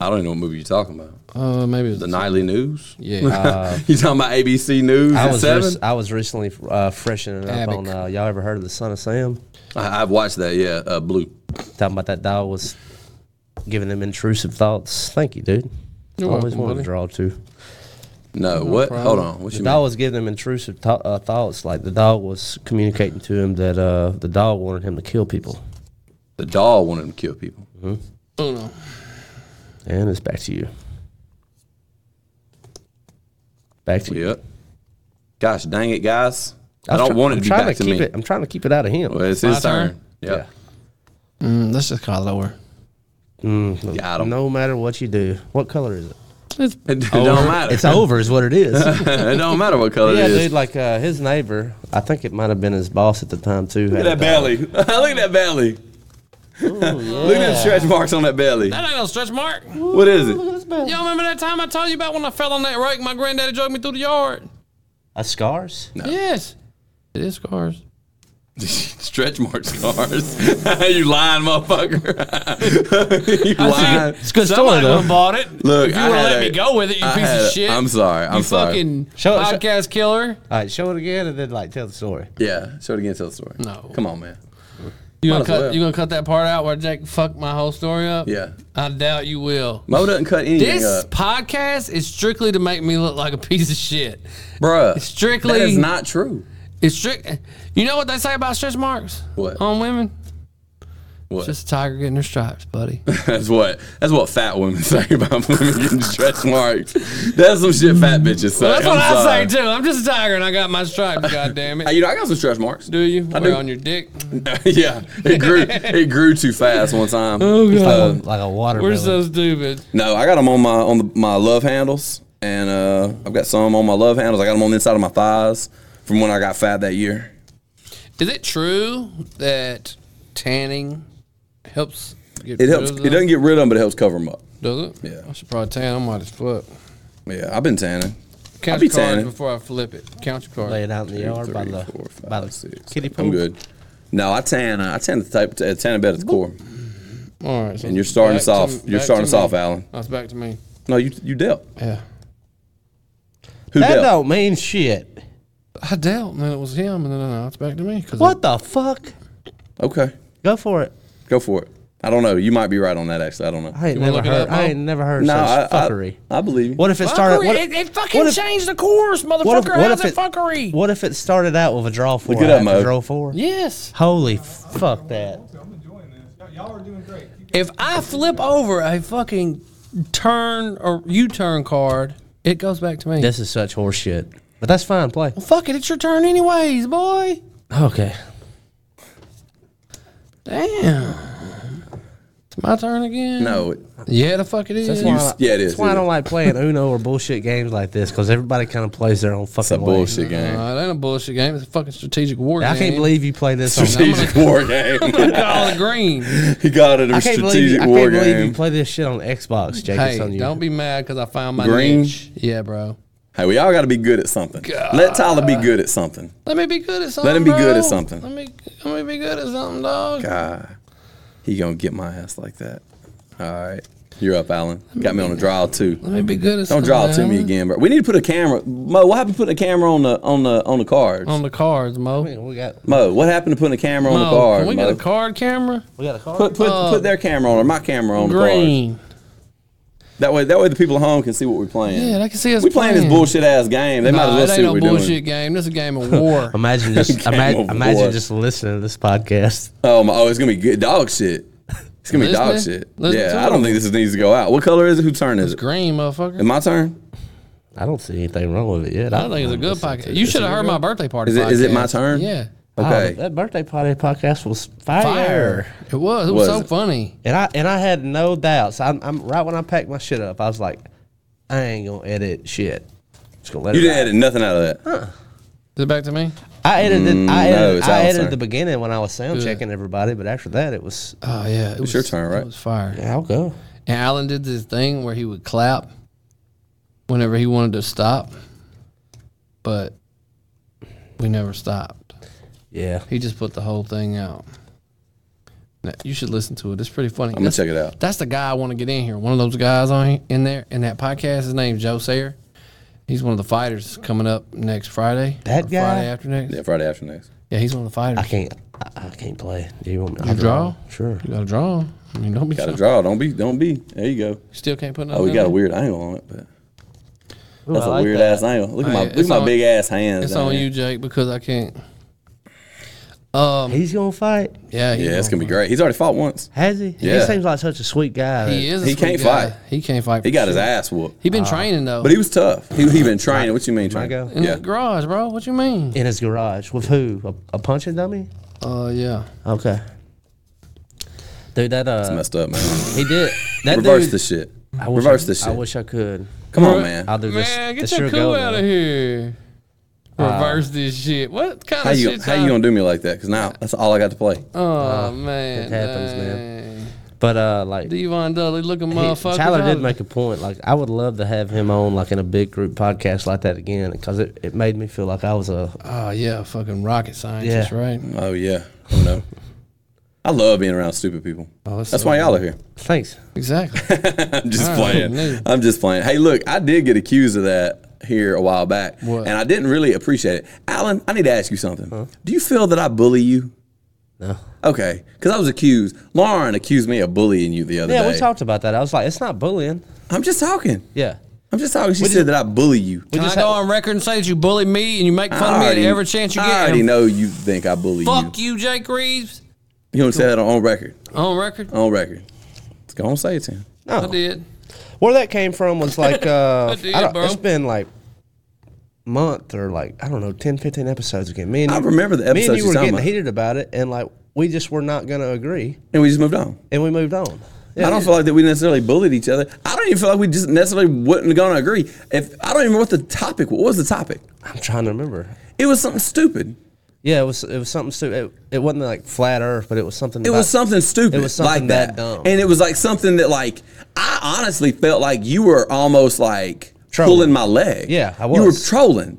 S1: I don't even know what movie you're talking about.
S3: Uh, maybe it was
S1: The Nightly News.
S3: Yeah. *laughs*
S1: *laughs* you talking about ABC News
S2: I
S1: at
S2: was
S1: seven?
S2: rec- I was recently uh, freshening up
S3: Abbott.
S2: on uh, y'all ever heard of the Son of Sam?
S1: I, I've watched that. Yeah, uh, Blue.
S2: Talking about that dog was giving him intrusive thoughts. Thank you, dude.
S3: You're
S2: Always
S3: welcome,
S2: wanted
S3: buddy.
S2: to draw two.
S1: No, what? Hold
S3: problem.
S1: on. What
S2: The
S1: you
S2: dog
S1: mean?
S2: was giving him intrusive th- uh, thoughts. Like the dog was communicating to him that uh, the dog wanted him to kill people.
S1: The doll wanted to kill people.
S3: Uno.
S2: And it's back to you. Back to you.
S1: Yep. Gosh dang it, guys! I,
S2: was
S1: don't
S2: try-
S1: want it
S2: I'm
S1: to be
S2: trying
S1: back to,
S2: keep
S1: me.
S2: It, I'm trying to keep it out of him.
S1: Well, it's his
S3: My turn?
S1: turn. Yep.
S3: Mm, let's just call it over.
S2: Mm,
S1: Got 'em.
S2: no matter what you do, what color is it?
S3: It's
S1: *laughs* It don't matter.
S2: It's over, is what it is.
S1: it don't matter *laughs* what color
S2: Yeah,
S1: it is.
S2: dude. Like uh, his neighbor, I think it might have been his boss at the time too.
S1: Look at that belly. *laughs* Look at that belly. *laughs* Look at the stretch marks on that belly.
S3: that ain't no stretch mark.
S1: What is it? *laughs*
S3: Y'all remember that time I told you about when I fell on that rake? My granddaddy dragged me through the yard.
S2: A scars.
S3: Yes. It is cars.
S1: stretch marks scars. *laughs* you lying, motherfucker. *laughs* you lying.
S2: It's a good story
S3: Somebody
S2: though.
S3: would've bought it.
S1: Look,
S3: if you
S1: I
S3: would have
S1: had
S3: let
S1: a-
S3: me go with it, you
S1: I
S3: piece
S1: had a-
S3: of shit.
S1: I'm sorry, I'm
S3: you
S1: sorry.
S3: Fucking
S2: Show- show-
S3: podcast killer.
S2: All right, show it again and then like tell the story.
S1: Yeah, show it again. Tell the story.
S3: No.
S1: Come on, man.
S3: You
S1: Might
S3: gonna
S1: as
S3: cut?
S1: well.
S3: You gonna cut that part out where Jake fucked my whole story up?
S1: Yeah.
S3: I doubt you will.
S1: Mo doesn't cut anything
S3: This
S1: up.
S3: podcast is strictly to make me look like a piece of shit.
S1: Bruh.
S3: strictly-
S1: That is not true.
S3: It's strict. You know what they say about stretch marks?
S1: What?
S3: on women?
S1: What?
S3: Just a tiger getting her
S1: *laughs*
S3: stripes, buddy.
S1: *laughs* that's what that's what fat women *laughs* say about women getting stretch marks. That's some shit fat bitches say.
S3: That's what
S1: I'm
S3: I
S1: sorry.
S3: say too. I'm just a tiger and I got my stripes. God damn
S1: Hey,
S3: it.
S1: You know, *laughs* I got some stretch marks. *laughs*
S3: Do you?
S1: I
S3: Where
S1: do.
S3: on your dick?
S1: yeah, it grew. It grew too fast one time.
S3: Oh
S1: Um,
S3: god.
S2: Like a watermelon.
S3: We're so stupid.
S1: No, I got them on my on the, my love handles, and uh, I've got some on my love handles. I got them on the inside of my thighs from when I got fat that year.
S3: Is it true that tanning helps? Get
S1: It
S3: rid
S1: helps.
S3: of
S1: It
S3: them?
S1: doesn't get rid of them, but it helps cover them up.
S3: Does it?
S1: Yeah.
S3: I should probably tan. I'm white as fuck.
S1: Yeah, I've been tanning.
S3: Count
S1: be
S3: your cards
S1: tanning.
S3: before I flip it. Count your
S2: Lay it
S3: cards.
S2: out in the
S1: Two,
S2: yard by
S1: three,
S2: the
S1: four, five,
S2: by the
S1: six.
S2: kitty pool.
S1: I'm good. No, I tan. Uh, I tan the type. I tan a bed at the core.
S3: All right. So
S1: And you're starting
S3: back
S1: us off.
S3: to-
S1: you're
S3: back
S1: starting
S3: to
S1: us off,
S3: me.
S1: Alan.
S3: That's back to me.
S1: No, you you dealt.
S3: Yeah.
S1: Who
S2: That
S1: dealt?
S2: don't mean shit.
S3: I dealt, and then it was him, and then now it's back to me. 'cause
S2: What the fuck?
S1: Okay,
S2: Go for it.
S1: go for it. I don't know. You might be right on that. Actually, I don't know.
S2: I ain't
S3: wanna
S2: never
S3: look it
S2: heard.
S3: up,
S2: I
S3: Mo?
S2: ain't never heard
S1: No, I,
S2: such
S1: I-
S2: fuckery.
S1: I believe. you.
S2: what if it started? What,
S6: it, it fucking
S2: what if-
S6: changed the course, motherfucker.
S2: what if- what
S6: How's
S2: if
S6: it
S2: it-
S6: fuckery?
S2: what if it started out with a draw four?
S1: it up,
S2: after
S1: Mo.
S2: Draw four.
S6: yes.
S2: Holy fuck that!
S5: I'm enjoying this. Y'all- Y'all are doing great. Keep
S6: If I flip over a fucking turn or U turn card, it goes back to me.
S2: This is such horseshit. But that's fine. Play.
S6: Fuck it, it's your turn anyways, boy.
S2: Okay.
S6: Damn. It's my turn again.
S1: No, it-
S6: Yeah, the fuck it is.
S1: why- You- yeah, it is,
S2: That's why
S1: it
S2: I don't
S1: is.
S2: like playing Uno or bullshit games like this because everybody kind of plays their own
S1: it's a
S2: fucking way.
S1: bullshit game.
S3: Uh, it ain't a bullshit game. It's a fucking strategic war
S2: I
S3: game.
S6: *laughs*
S2: can't believe you play this. on
S1: strategic
S2: *laughs*
S1: war game. *laughs*
S6: Call it green.
S1: he got it. A
S2: I can't believe you,
S1: strategic
S2: I
S1: war
S2: can't believe you
S1: game.
S2: play this shit on Xbox, Jake. it's on
S3: Hey,
S2: you.
S3: don't be mad because I found my
S1: Green.
S3: niche. Yeah, bro.
S1: Hey, we all got to be good at something. Let Tyler be good at something.
S3: Let me be good at something.
S1: him be good at
S3: bro.
S1: something.
S3: Let me let me be good at something, dog.
S1: God, Ah, he gonna get my ass like that. All right, you're up, Alan. Got me on a draw too.
S3: Let me be good at
S1: Don't
S3: something.
S1: draw to me
S3: Alan.
S1: again, bro. We need to put a camera. Mo, what happened to putting a camera on the on the on the cards?
S3: On the cards, Mo.
S2: Man, we got
S1: Mo, what happened to putting a camera on
S3: Mo,
S1: the card?
S3: can we
S1: Mo?
S3: get a card camera?
S2: we got a card.
S1: Put put,
S3: Uh,
S1: put their camera on or my camera on the card.
S3: Green.
S1: That way that way the people at home can see what we're playing.
S3: Yeah, they can see us
S1: we playing, this bullshit ass game. They might as
S3: Nah, it
S1: well
S3: ain't
S1: see
S3: no
S1: what we're
S3: bullshit
S1: doing.
S3: game. This is a game of
S1: *laughs*
S3: war.
S2: Imagine just
S1: Game
S2: ima-
S1: of war.
S2: imagine just listening to this podcast.
S1: Oh, my, oh, it's gonna be good dog shit. *laughs* It's gonna be dog
S3: Listen-
S1: shit.
S3: listen to
S1: yeah, I don't
S3: it.
S1: think this needs to go out. What color is it? Whose turn is it?
S3: Green, motherfucker.
S1: Is my turn?
S2: I don't see anything wrong with it yet.
S3: I don't think it's a good podcast. You should have heard my birthday party.
S1: Is it- is it my
S3: podcast.
S1: turn?
S3: Yeah.
S1: Okay.
S2: Oh, that birthday party podcast was fire.
S3: Fire. It was. It
S1: Was
S3: was, so
S1: it?
S3: funny.
S2: and I and I had no doubts. I'm, I'm right when I packed my shit up. I was like, I ain't gonna edit shit. Just gonna let
S1: You
S2: it.
S1: didn't
S2: ride.
S1: edit nothing out of that.
S3: Is it back to me?
S2: I edited. I
S1: Mm, no,
S2: edited,
S1: it's
S2: I
S1: Al's
S2: edited
S1: turn.
S2: the beginning when I was sound checking everybody, but after that it was.
S3: Oh yeah. It was
S1: your turn, right?
S3: It was fire.
S2: Yeah, I'll go.
S3: And Alan did this thing where he would clap whenever he wanted to stop, but we never stopped.
S2: Yeah.
S3: He just put the whole thing out. Now, you should listen to it. It's pretty funny.
S1: I'm gonna check it out.
S3: That's the guy I want to get in here. One of those guys on in there in that podcast. His name's Joe Sayer. He's one of the fighters coming up next Friday.
S2: That
S3: or
S2: guy?
S3: Friday after next.
S1: Yeah, Friday after next.
S3: Yeah, he's one of the
S2: I
S3: fighters.
S2: can't. I, I can't play. Do you want me
S3: You
S2: to
S3: draw?
S2: Sure.
S3: You gotta draw. 'em. I mean, don't be.
S1: Got to
S3: so-
S1: draw. Don't be. Don't be. There you go.
S3: Still can't put nothing.
S1: Oh, we
S3: in
S1: got a
S3: there.
S1: weird angle on it, but that's
S2: I
S1: a
S2: like
S1: weird
S2: that.
S1: ass angle. Look at
S3: Oh,
S1: my
S3: yeah,
S1: look at
S3: it's
S1: my
S3: on-
S1: big ass hands.
S3: It's
S1: down
S3: on
S1: there.
S3: you, Jake, because I can't.
S2: He's gonna fight.
S3: Yeah, he
S1: Yeah, it's
S3: won't.
S1: gonna be great. He's already fought once.
S2: Has he?
S1: Yeah.
S2: He seems like such a sweet guy.
S3: He is. A
S1: He
S3: sweet
S1: can't
S3: guy.
S1: fight.
S3: He can't fight.
S1: He
S3: for
S1: got his
S3: shit.
S1: ass whooped,
S3: He been training though.
S1: but he was tough. He he been training. What you mean training?
S2: go?
S3: in
S1: Yeah,
S3: the garage, bro. What you mean?
S2: in his garage with who? A, a punching dummy?
S3: Oh yeah.
S2: Okay. Dude, that uh,
S1: messed up, man.
S2: he did. That
S1: Reverse
S2: dude,
S1: the shit.
S2: I wish
S1: Reverse
S2: I,
S1: the shit.
S2: I wish I could.
S1: Come on, man.
S2: I'll do this.
S3: Man, get
S2: this
S3: your
S2: year
S3: cool
S2: ago,
S3: out of
S2: though.
S3: here. Reverse this shit. What kind
S1: Uh, How
S3: of
S1: you
S3: shit?
S1: how you uh, gonna do me like that? Because now that's all I got to play.
S2: Uh,
S3: Oh man,
S2: it happens,
S3: man.
S2: But uh, like he,
S3: Devon Dudley looking motherfucker.
S2: Tyler did make a point. Like I would love to have him on like in a big group podcast like that again because it, it made me feel like I was a
S3: Oh yeah, fucking rocket scientist,
S2: Yeah.
S3: right?
S1: Oh yeah. Oh no. I love being around stupid people.
S3: Oh,
S1: That's why y'all are here.
S2: thanks.
S3: Exactly.
S1: I'm *laughs* just
S3: Oh,
S1: playing.
S3: no.
S1: I'm just playing. Hey, look, I did get accused of that here a while back,
S3: What?
S1: and I didn't really appreciate it. Alan, I need to ask you something. Do you feel that I bully you?
S2: No.
S1: Okay, because I was accused. Lauren accused me of bullying you the other
S2: Yeah,
S1: day.
S2: we talked about that. I was like, it's not bullying.
S1: I'm just talking.
S2: Yeah.
S1: I'm just talking. She said that I bully you.
S2: We
S3: Can I
S2: just
S3: go
S2: had-
S3: on record and say that you bully me and you make fun of me at every chance you
S1: I
S3: get?
S1: already
S3: and
S1: know you think I bully
S3: Fuck
S1: you.
S3: you, Jake Reeves.
S1: You don't say that on record.
S3: On record,
S1: On record. Let's go on and say it to him.
S3: I did.
S2: Where that came from was *laughs* like uh I
S3: did,
S2: don't,
S3: bro.
S2: it's been like month or like I don't know 10 15 episodes again. Me and
S1: I
S2: you-
S1: remember the
S2: me
S1: episode
S2: and
S1: you
S2: you were
S1: talking
S2: getting
S1: about.
S2: heated about it and like we just were not going to agree
S1: And we just moved on.
S2: and we moved on.
S1: I don't feel like that we necessarily bullied each other. I don't even feel like we just necessarily wouldn't have gone to agree. If I don't even know what the topic was. What was the topic?
S2: I'm trying to remember.
S1: It was something stupid.
S2: Yeah, it was it was something stupid. It, it wasn't like flat earth, but it was something
S1: It
S2: about-
S1: was something stupid.
S2: it was something
S1: like that.
S2: that dumb.
S1: And it was like something that like I honestly felt like you were almost like
S2: Trolling.
S1: pulling my leg.
S2: Yeah, I
S1: You were
S2: was.
S1: trolling.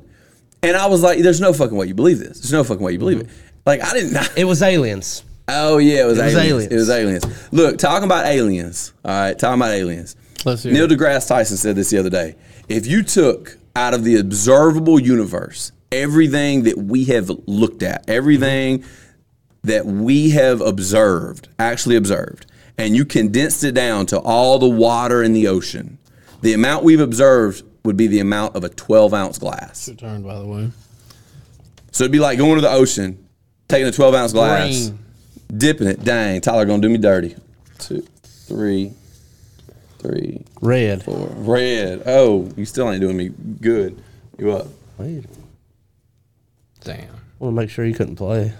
S1: And I was like, there's no fucking way you believe this. There's no fucking way you believe it. Like I didn't *laughs*
S2: It was aliens.
S1: Oh yeah, it was,
S2: was
S1: aliens.
S2: aliens.
S1: It was aliens. Look, talking about aliens. All right, talking about aliens.
S3: Let's hear
S1: Neil
S3: it.
S1: deGrasse Tyson said this the other day. If you took out of the observable universe everything that we have looked at, everything that we have observed, actually observed, and you condensed it down to all the water in the ocean, the amount we've observed would be the amount of a 12 ounce glass.
S3: Turned by the way.
S1: So it'd be like going to the ocean, taking a 12 ounce glass,
S3: Green.
S1: dipping it. Dang, Tyler gonna do me dirty. Two, three, three,
S2: Red.
S1: four. Red. Oh, you still ain't doing me good. You up?
S2: Wait.
S3: Damn.
S2: Want to make sure you couldn't play.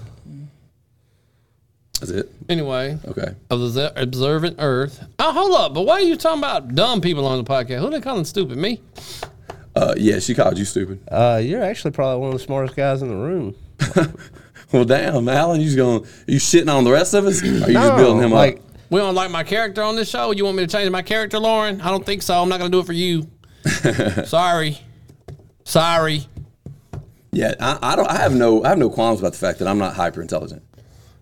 S1: That's it.
S3: Anyway,
S1: Okay.
S3: of the ze- observant Earth. Oh, hold up! But why are you talking about dumb people on the podcast? Who they calling stupid? Me?
S1: Uh, yeah, she called you stupid.
S2: Uh, you're actually probably one of the smartest guys in the room.
S1: Well, damn, Alan, you just going you shitting on the rest of us? Or you just
S2: No,
S1: building him
S2: like,
S1: up?
S3: We don't like my character on this show. You want me to change my character, Lauren? I don't think so. I'm not gonna do it
S1: *laughs*
S3: for you. Sorry. Sorry.
S1: Yeah, I, I don't. I have no. I have no qualms about the fact that I'm not hyper intelligent.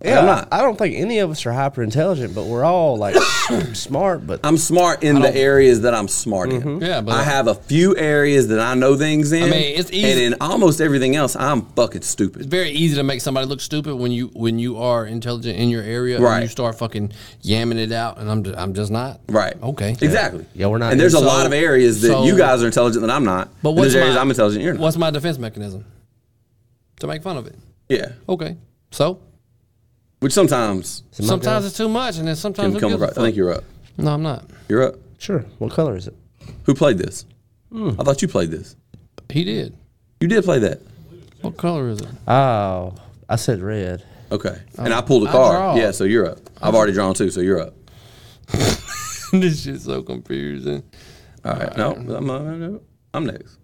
S2: Yeah,
S1: I'm not.
S2: I don't think any of us are hyper intelligent, but we're all like *coughs* smart. But
S1: I'm smart in the areas that I'm smart
S2: Mm-hmm.
S1: in.
S3: Yeah, but-
S1: I have a few areas that I know things in.
S3: I mean, it's easy-
S1: and in almost everything else, I'm fucking
S3: It's
S1: stupid.
S3: very easy to make somebody look stupid when you when you are intelligent in your area.
S1: Right.
S3: And you start fucking yamming it out, and I'm just, I'm just not.
S1: Right.
S3: Okay.
S1: Exactly.
S2: Yeah, we're not-
S1: And there's a
S3: so-
S1: lot of areas that
S3: so-
S1: you guys are intelligent that I'm not.
S3: But
S1: and
S3: what's
S1: there's areas
S3: my-
S1: I'm intelligent you're not.
S3: What's my defense mechanism? To make fun of it.
S1: Yeah.
S3: Okay. So
S1: Which sometimes
S2: my
S3: sometimes
S2: God.
S3: it's too much, and then sometimes
S1: can
S3: who
S1: come
S3: gives a
S1: across. I think
S3: fuck?
S1: you're up.
S3: No, I'm not.
S1: You're up.
S2: sure, what color is it?
S1: Who played this?
S2: Hmm.
S1: I thought you played this.
S3: He did.
S1: You did play that.
S3: What color is it? *laughs*
S2: Oh, I said red.
S1: Okay. And I pulled a
S3: I
S1: card.
S3: draw.
S1: Yeah, so you're up. I've already drawn two, so you're up.
S3: this shit's so confusing.
S1: All right. No, I'm, uh, I'm next.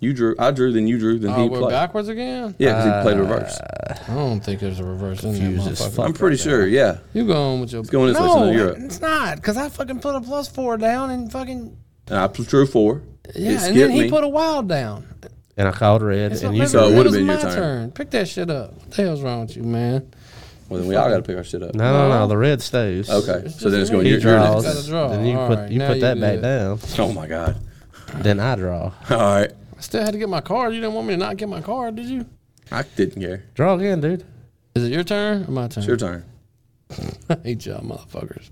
S1: You drew. I drew, then you drew, then
S3: Oh,
S1: he
S3: we're
S1: played.
S3: backwards again.
S1: Yeah, because he played reverse.
S3: I don't think there's a reverse in there,
S2: Confused as
S3: motherfucker.
S2: Uh, Oh, fuck.
S1: I'm pretty sure, yeah.
S3: You going with your
S1: going this way, so
S3: no,
S1: you're up.
S3: it's not because I fucking put a plus four down and fucking
S1: And I drew four.
S3: yeah,
S1: it
S3: and then
S1: skipped
S3: he
S1: me.
S3: put a wild down.
S2: And I called red,
S3: So
S2: and you
S3: maybe
S1: So it
S3: that
S1: would've
S3: was
S1: been your
S3: my
S1: turn.
S3: Pick that shit up. What the hell's wrong with you, man?
S1: well, then we all got to pick our shit up.
S2: no, no, no, the red stays.
S1: Okay, so then it's going
S2: He
S1: your turn.
S2: draws.
S1: next.
S3: Gotta draw.
S2: Then you
S3: All
S2: put
S3: right,
S2: you
S3: now
S2: put
S3: you
S2: that
S3: do
S2: back
S3: it.
S2: down.
S1: Oh my god! *laughs*
S2: Then I draw.
S1: All right,
S3: I still had to get my card. You didn't want me to not get my card, did you?
S1: I didn't care.
S2: Draw again, dude.
S3: Is it your turn or my turn?
S1: It's your turn.
S3: *laughs* I hate y'all motherfuckers.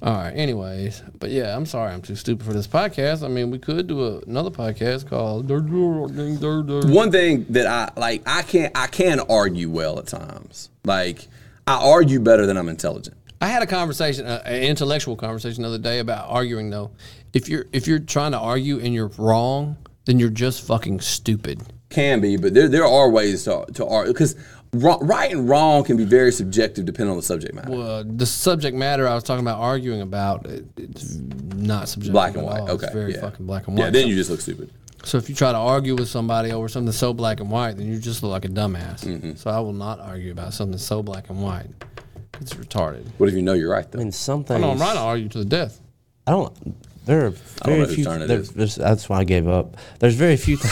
S3: All right. Anyways, but yeah, I'm sorry. I'm too stupid for this podcast. I mean, we could do a, another podcast called.
S1: One thing that I like, I can I can argue well at times. Like I argue better than I'm intelligent.
S3: I had a conversation, uh, an intellectual conversation, the other day about arguing. Though, if you're if you're trying to argue and you're wrong, then you're just fucking stupid.
S1: Can be, but there there are ways to to argue because right and wrong can be very subjective depending on the subject matter.
S3: Well, Uh, the subject matter I was talking about arguing about, it, it's not subjective.
S1: black and
S3: at
S1: white.
S3: all.
S1: Okay,
S3: it's very
S1: yeah.
S3: fucking black and white.
S1: Yeah, then
S3: so,
S1: you just look stupid.
S3: so if you try to argue with somebody over something so black and white, then you just look like a dumbass.
S1: Mm-hmm.
S3: So I will not argue about something so black and white. It's retarded.
S1: What if you know you're right though?
S2: And some things.
S3: No, I'm right. I argue to the death.
S2: I don't. There are very
S1: know whose
S2: few.
S1: turn it
S2: there-
S1: is.
S2: there's- That's why I gave up. There's very few. Th-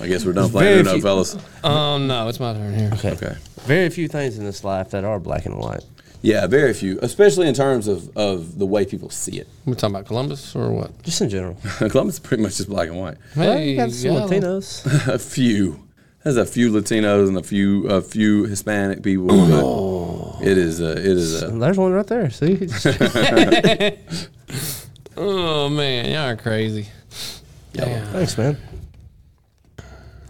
S1: I guess we're done
S2: very
S1: playing it up,
S2: few-
S1: fellas.
S3: Um, no, it's my turn here.
S2: *laughs* okay.
S1: Okay.
S2: Very few things in this life that are black and white.
S1: Yeah, very few, especially in terms of, of the way people see it.
S3: We're talking about Columbus or what?
S2: Just in general.
S1: Columbus is pretty much just black and white.
S2: Well, you got some
S3: got 'em.
S2: Latinos.
S1: *laughs* A few. There's a few Latinos and a few a few Hispanic people. but It is a, it is a
S2: There's one right there. See, *laughs* It's-
S3: Oh man, y'all are crazy. Damn.
S2: thanks, man.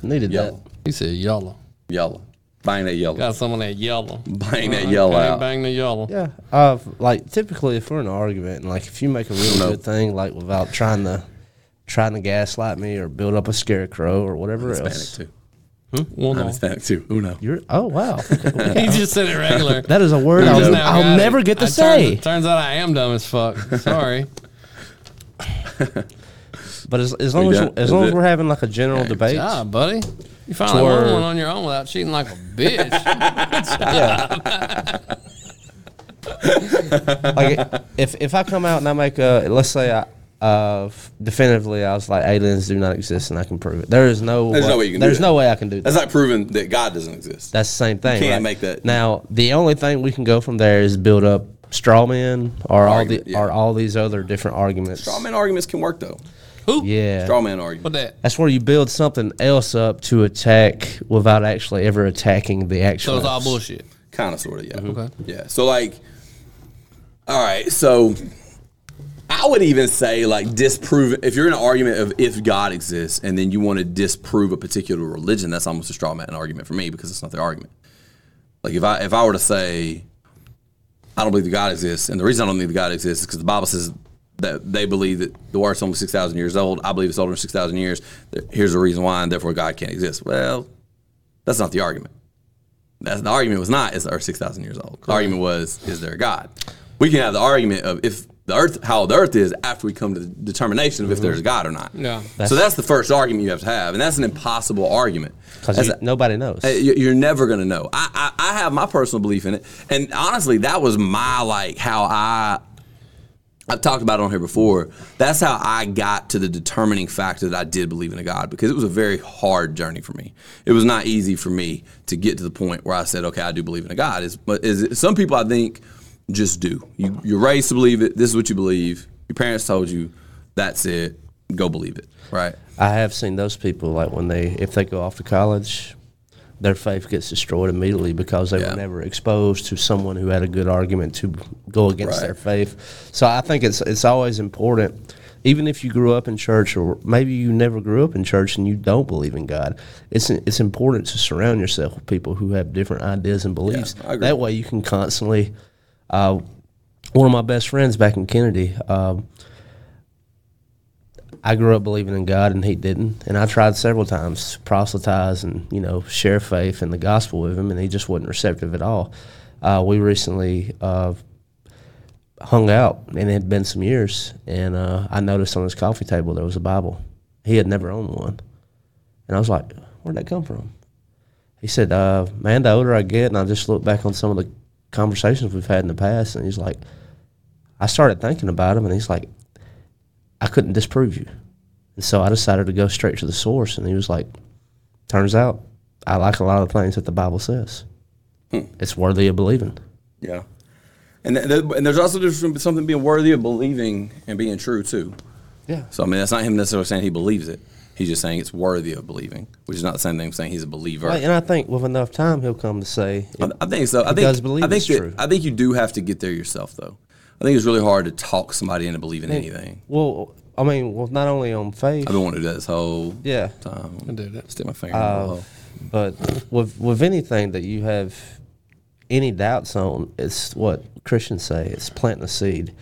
S2: Needed
S1: yellow.
S3: He said yellow.
S1: Yellow. Bang that yellow.
S3: Got some of that yellow.
S1: Bang that yellow
S3: Okay,
S1: out.
S3: Bang the yellow.
S2: that. Yeah. Uh, like typically, if we're in an argument, and like if you make a really
S1: No.
S2: good thing, like without trying to trying to gaslight me or build up a scarecrow or whatever
S1: Hispanic
S2: else.
S1: too.
S3: One
S1: I'm
S3: off.
S1: Hispanic too. Uno.
S2: You're oh wow. Okay.
S3: *laughs* He just said it
S2: *laughs*
S3: regular.
S2: that is a word
S3: I just
S2: I'll,
S3: now got
S2: I'll
S3: it.
S2: never get to
S3: I- turns-
S2: say.
S3: Turns, out I am dumb
S1: *laughs*
S3: as fuck. Sorry.
S2: But as, as long
S1: We
S2: as
S1: done?
S2: as
S1: Is
S2: long as
S1: it?
S2: we're having like a general debate,
S3: Ah, buddy. You finally
S2: Twerk.
S3: won one on your own without cheating like a
S1: *laughs*
S3: bitch. *laughs*
S2: like if if I come out and I make a let's say I. Uh, definitively, I was like, aliens do not exist, and I can prove it. There is no,
S1: There's no way you can do
S2: There's
S1: that.
S2: no way I can do that.
S1: That's like proving that God doesn't exist.
S2: That's the same thing.
S1: can't
S2: right?
S1: make that-
S2: Now, the only thing we can go from there is build up straw men or
S1: Argument,
S2: all the
S1: yeah.
S2: or all these other different arguments.
S1: Straw man arguments can work though.
S3: Who?
S2: Yeah.
S1: Straw man
S3: What
S1: argument.
S3: that?
S2: That's where you build something else up to attack without actually ever attacking the actual.
S3: So it's all bullshit.
S1: Kind of, sort of, yeah.
S3: Okay.
S1: Yeah. So like, All right, so I would even say like disprove if you're in an argument of if God exists and then you want to disprove a particular religion, that's almost a straw man argument for me because it's not the argument. Like if I if I were to say I don't believe that God exists, and the reason I don't believe that God exists is because the Bible says that they believe that the world's only six thousand years old. I believe it's older than six thousand years. Here's the reason why, and therefore God can't exist. Well, that's not the argument. That's the argument was not is the earth six thousand years old. The argument was is there a God? We can have the argument of if the earth how the earth is after we come to the determination of if there's a God or not.
S6: Yeah.
S1: so that's the first argument you have to have, and that's an impossible argument.
S2: because
S1: That's-
S2: nobody knows.
S1: uh, you- You're never gonna know. I, I I have my personal belief in it, and honestly, that was my like how I. I've talked about it on here before. That's how I got to the determining factor that I did believe in a God because it was a very hard journey for me. It was not easy for me to get to the point where I said, "Okay, I do believe in a God." Is but is some people I think just do. You you're raised to believe it. This is what you believe. Your parents told you. That's it. Go believe it. Right.
S2: I have seen those people like when they if they go off to college, their faith gets destroyed immediately because they
S1: Yeah.
S2: were never exposed to someone who had a good argument to go against
S1: Right.
S2: their faith. So I think it's it's always important. Even if you grew up in church, or maybe you never grew up in church and you don't believe in God, it's it's important to surround yourself with people who have different ideas and beliefs.
S1: I agree.
S2: that way, you can constantly. Uh, one of my best friends back in Kennedy, um, I grew up believing in God and he didn't. And I tried several times to proselytize and, you know, share faith and the gospel with him and he just wasn't receptive at all. Uh, we recently uh, hung out and it had been some years and uh, I noticed on his coffee table there was a Bible. He had never owned one. And I was like, where'd that come from? He said, uh, man, the older I get and I just look back on some of the conversations we've had in the past and he's like, I started thinking about him and he's like, I couldn't disprove you. And so I decided to go straight to the source. And he was like, Turns out I like a lot of the things that the Bible says. It's worthy of believing.
S1: Yeah. And, th- th- and there's also just something being worthy of believing and being true too.
S2: Yeah.
S1: So I mean, that's not him necessarily saying he believes it. He's just saying it's worthy of believing, which is not the same thing as saying he's a believer.
S2: Like, and I think with enough time, he'll come to say,
S1: I, I think so. I think
S2: does believe
S1: I think
S2: it's
S1: that-
S2: true.
S1: I think you do have to get there yourself, though. I think it's really hard to talk somebody into believing anything.
S2: Well, I mean, well, not only on faith,
S1: I've been wanting to do that this whole
S2: yeah,
S1: time.
S6: I did it.
S1: Stick my finger in the
S2: Uh,
S1: hole.
S2: but with, with anything that you have any doubts on, it's what Christians say it's planting a seed.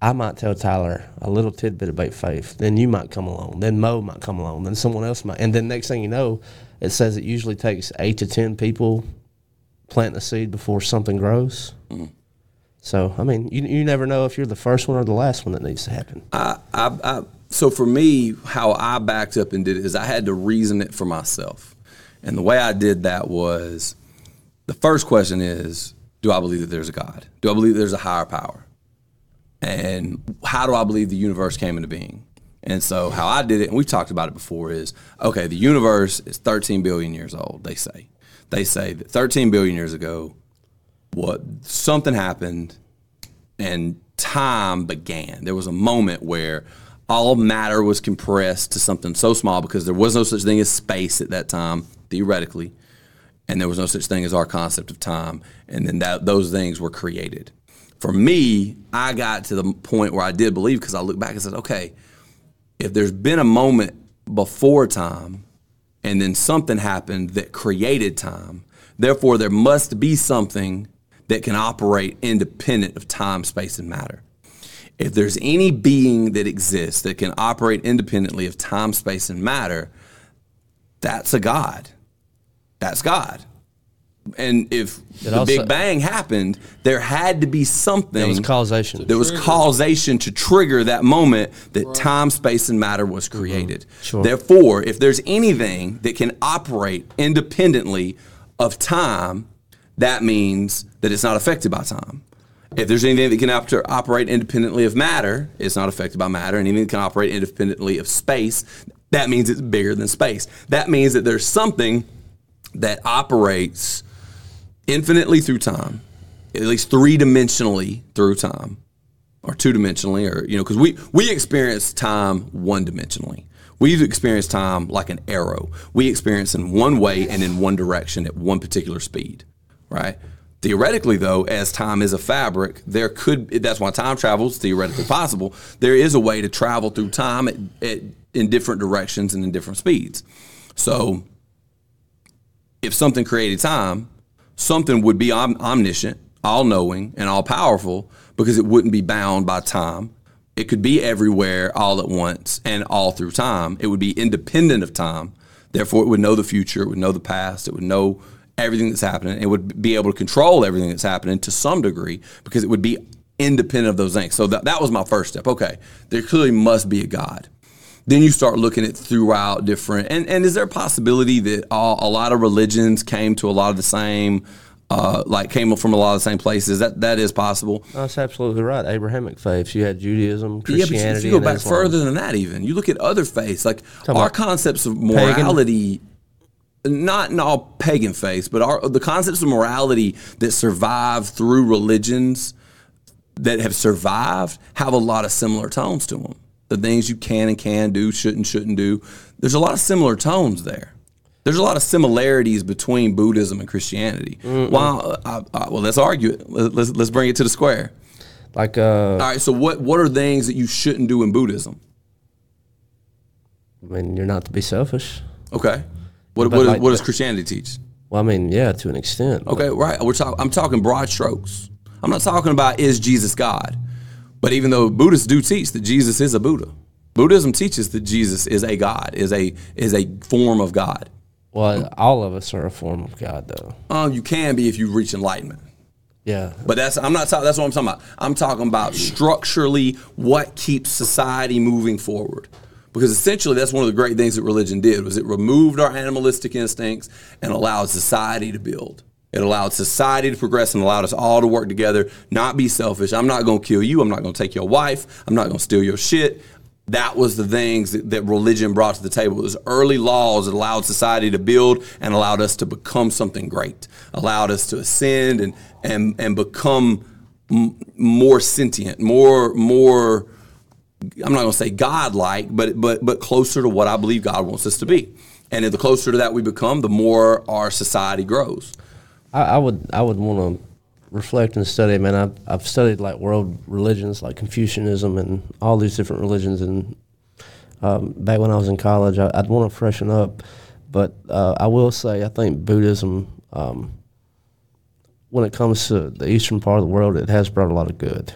S2: I might tell Tyler a little tidbit about faith, then you might come along, then Mo might come along, then someone else might, and then next thing you know, it says it usually takes eight to ten people planting a seed before something grows. So I mean, you you never know if you're the first one or the last one that needs to happen.
S1: I, I, I, so for me, how I backed up and did it is I had to reason it for myself. And the way I did that was the first question is, do I believe that there's a God? Do I believe there's a higher power? And how do I believe the universe came into being? And so how I did it, and we've talked about it before, is okay, the universe is 13 billion years old, they say. They say that 13 billion years ago, what something happened and time began. There was a moment where all matter was compressed to something so small because there was no such thing as space at that time, theoretically, and there was no such thing as our concept of time. And then that, those things were created. For me, I got to the point where I did believe because I looked back and said, okay, if there's been a moment before time and then something happened that created time, therefore there must be something that can operate independent of time, space, and matter. If there's any being that exists that can operate independently of time, space, and matter, that's a God. That's God. And if the
S2: also-
S1: Big Bang happened, there had to be something.
S2: It was causation.
S1: There was causation to trigger that moment that time, space, and matter was created.
S2: Mm-hmm. Sure.
S1: Therefore, if there's anything that can operate independently of time, that means that it's not affected by time. If there's anything that can op- operate independently of matter, it's not affected by matter. And anything that can operate independently of space, that means it's bigger than space. That means that there's something that operates infinitely through time, at least three dimensionally through time, or two dimensionally, or you know, because we we experience time one dimensionally. We've experienced time like an arrow. We experience in one way and in one direction at one particular speed, right? Theoretically, though, as time is a fabric, there could that's why time travel is theoretically possible. There is a way to travel through time at, at, in different directions and in different speeds. So, if something created time, something would be om- omniscient, all knowing, and all powerful because it wouldn't be bound by time. It could be everywhere all at once and all through time. It would be independent of time. Therefore, it would know the future, it would know the past, it would know everything that's happening. It would be able to control everything that's happening to some degree because it would be independent of those things. So that, that was my first step. Okay, there clearly must be a God then you start looking at throughout different and, and is there a possibility that all, a lot of religions came to a lot of the same uh, like came from a lot of the same places that that is possible
S2: That's absolutely right. Abrahamic faiths. You had Judaism,
S1: yeah but if
S2: Christianity,
S1: you go
S2: and
S1: back
S2: Islam.
S1: further than that even you look at other faiths like our
S2: about
S1: concepts of morality not in all pagan faiths but our the concepts of morality that survive through religions that have survived have a lot of similar tones to them. The things you can and can do, should and shouldn't do. There's a lot of similar tones there. There's a lot of similarities between Buddhism and Christianity. While, I, I, well, let's argue it. Let- Let's, let's bring it to the square.
S2: Like uh,
S1: All right. So, what what are things that you shouldn't do in Buddhism?
S2: I mean, you're not to be selfish.
S1: Okay. What
S2: But
S1: what,
S2: like
S1: what does
S2: the-
S1: Christianity teach?
S2: Well, I mean, yeah, to an extent. but-
S1: Okay, right. We're talk- I'm talking broad strokes. I'm not talking about is Jesus God. But even though Buddhists do teach that Jesus is a Buddha, Buddhism teaches that Jesus is a God, is a is a form of God.
S2: Well, all of us are a form of God, though.
S1: Um, you can be if you reach enlightenment.
S2: Yeah.
S1: But that's I'm not talking. That's what I'm talking about. I'm talking about structurally what keeps society moving forward. Because essentially, that's one of the great things that religion did was it removed our animalistic instincts and allowed society to build. It allowed society to progress and allowed us all to work together, not be selfish. I'm not going to kill you. I'm not going to take your wife. I'm not going to steal your shit. That was the things that, that religion brought to the table. It was early laws that allowed society to build and allowed us to become something great, allowed us to ascend and and and become m- more sentient, more more. I'm not going to say godlike, but but but closer to what I believe God wants us to be. And the closer to that we become, the more our society grows.
S2: I, I would I would want to reflect and study. Man, I've I've studied like world religions, like Confucianism and all these different religions. And um, back when I was in college, I, I'd want to freshen up. But uh, I will say, I think Buddhism, um, when it comes to the eastern part of the world, it has brought a lot of good.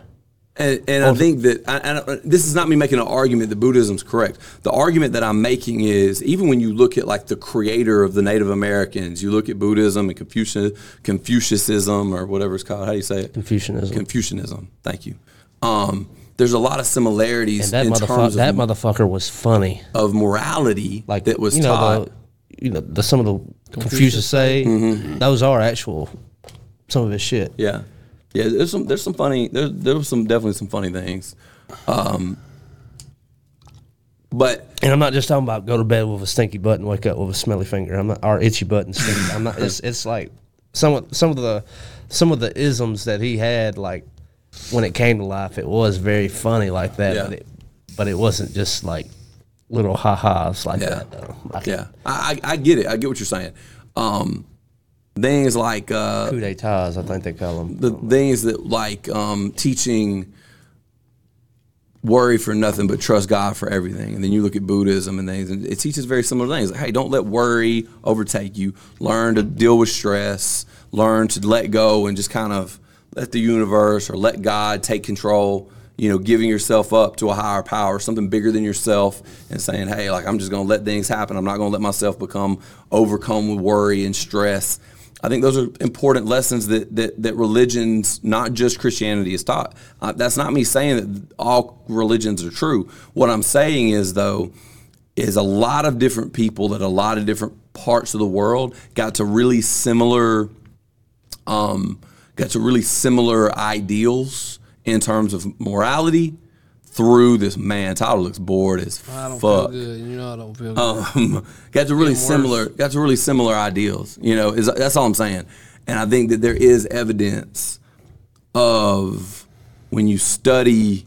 S1: And, and I think that I, I don't- this is not me making an argument that Buddhism's correct. The argument that I'm making is even when you look at like the creator of the Native Americans, you look at Buddhism and Confucian, Confucianism or whatever it's called. How do you say it?
S2: Confucianism.
S1: Confucianism. Thank you. Um, there's a lot of similarities
S2: and that,
S1: in
S2: motherfucker,
S1: terms
S2: that
S1: of,
S2: motherfucker was funny.
S1: of morality
S2: Like
S1: that was
S2: you know,
S1: taught. Mm-hmm.
S2: The, you know, the, some of the Confucius say Mm-hmm. those are actual some of his shit.
S1: Yeah, yeah. There's some. There's some funny. There, there was some definitely some funny things. Um, but
S2: And I'm not just talking about go to bed with a stinky butt and wake up with a smelly finger. I'm not or itchy butt and stinky. I'm not. It's it's like some of- some of the some of the isms that he had like when it came to life. It was very funny like that,
S1: Yeah.
S2: but it but it wasn't just like little ha ha's like
S1: Yeah.
S2: that though. Like
S1: yeah, I, I I get it. I get what you're saying. Um, things like uh,
S2: coup d'etats, I think they call them.
S1: the things that like um, teaching worry for nothing but trust God for everything. And then you look at Buddhism and things, and it teaches very similar things. Like, hey, don't let worry overtake you. Learn to deal with stress. Learn to let go and just kind of let the universe or let God take control. You know, giving yourself up to a higher power, something bigger than yourself, and saying, "Hey, like I'm just gonna let things happen. I'm not gonna let myself become overcome with worry and stress." I think those are important lessons that that, that religions, not just Christianity, is taught. Uh, that's not me saying that all religions are true. What I'm saying is though, is a lot of different people that a lot of different parts of the world got to really similar um, got to really similar ideals in terms of morality through this man. Tyler looks bored as
S6: I don't feel
S1: fuck
S6: good. You know I don't feel good.
S1: um, *laughs* got to really
S6: worse.
S1: similar got to really similar ideals. You know, is that's all I'm saying. And I think that there is evidence of when you study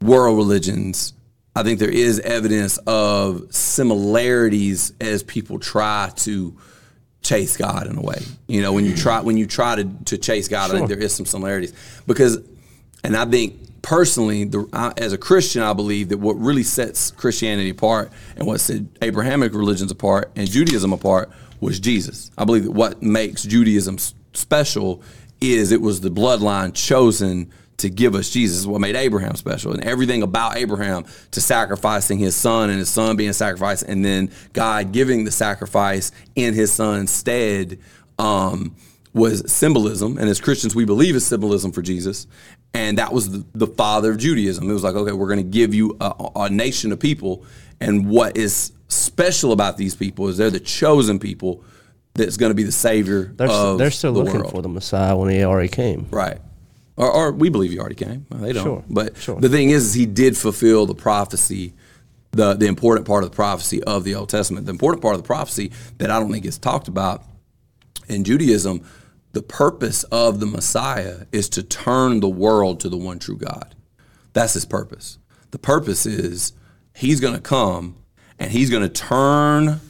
S1: world religions, I think there is evidence of similarities as people try to chase God in a way. You know, when you try when you try to, to chase God, I think there is some similarities because, and I think personally, the, I, as a Christian, I believe that what really sets Christianity apart and what set Abrahamic religions apart and Judaism apart was Jesus. I believe that what makes Judaism s- special is it was the bloodline chosen to give us Jesus. This is what made Abraham special. And everything about Abraham to sacrificing his son and his son being sacrificed and then God giving the sacrifice in his son's stead um, was symbolism. And as Christians, we believe is symbolism for Jesus. And that was the, the father of Judaism. It was like, okay, we're going to give you a, a nation of people. And what is special about these people is they're the chosen people that's going to be the savior
S2: They're,
S1: of
S2: they're still
S1: the
S2: looking
S1: world.
S2: for the Messiah when he already came.
S1: Right. Or, or we believe he already came. Well, they don't.
S2: Sure,
S1: But
S2: sure.
S1: the thing is, is he did fulfill the prophecy, the, the important part of the prophecy of the Old Testament. The important part of the prophecy that I don't think gets talked about in Judaism, the purpose of the Messiah is to turn the world to the one true God. That's his purpose. The purpose is he's going to come and he's going to turn.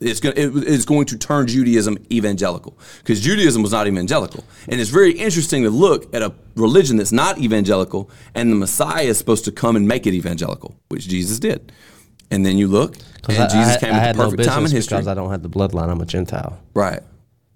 S1: It's going, it, it's going to turn Judaism evangelical because Judaism was not evangelical. And it's very interesting to look at a religion that's not evangelical and the Messiah is supposed to come and make it evangelical, which Jesus did. And then you look, and
S2: 'Cause I-
S1: Jesus
S2: I-
S1: came
S2: I
S1: at
S2: had
S1: the
S2: no
S1: perfect time in
S2: business
S1: history.
S2: Because I don't have the bloodline. I'm a Gentile.
S1: right.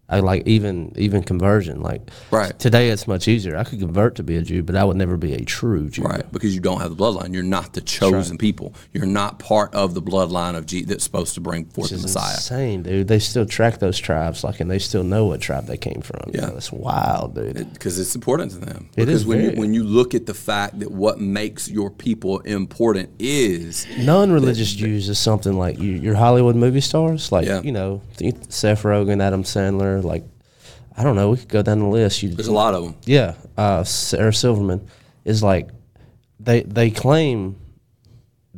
S2: I like even even conversion. Like
S1: Right.
S2: today, it's much easier. I could convert to be a Jew, but I would never be a true Jew.
S1: Right, because you don't have the bloodline. You're not the chosen people. You're not part of the bloodline of Jesus that's supposed to bring forth the
S2: It's
S1: Messiah.
S2: insane, dude. They still track those tribes, like, and they still know what tribe they came from.
S1: Yeah.
S2: Yeah, that's wild, dude.
S1: Because it's important to them.
S2: It
S1: because
S2: is
S1: when you,
S2: very.
S1: when you look at the fact that what makes your people important is
S2: Non-religious Jews is something like you, your Hollywood movie stars, like
S1: Yeah.
S2: you know th- Seth Rogen, Adam Sandler. Like, I don't know. We could go down the list. You,
S1: there's a lot of them.
S2: yeah, uh, Sarah Silverman is like they they claim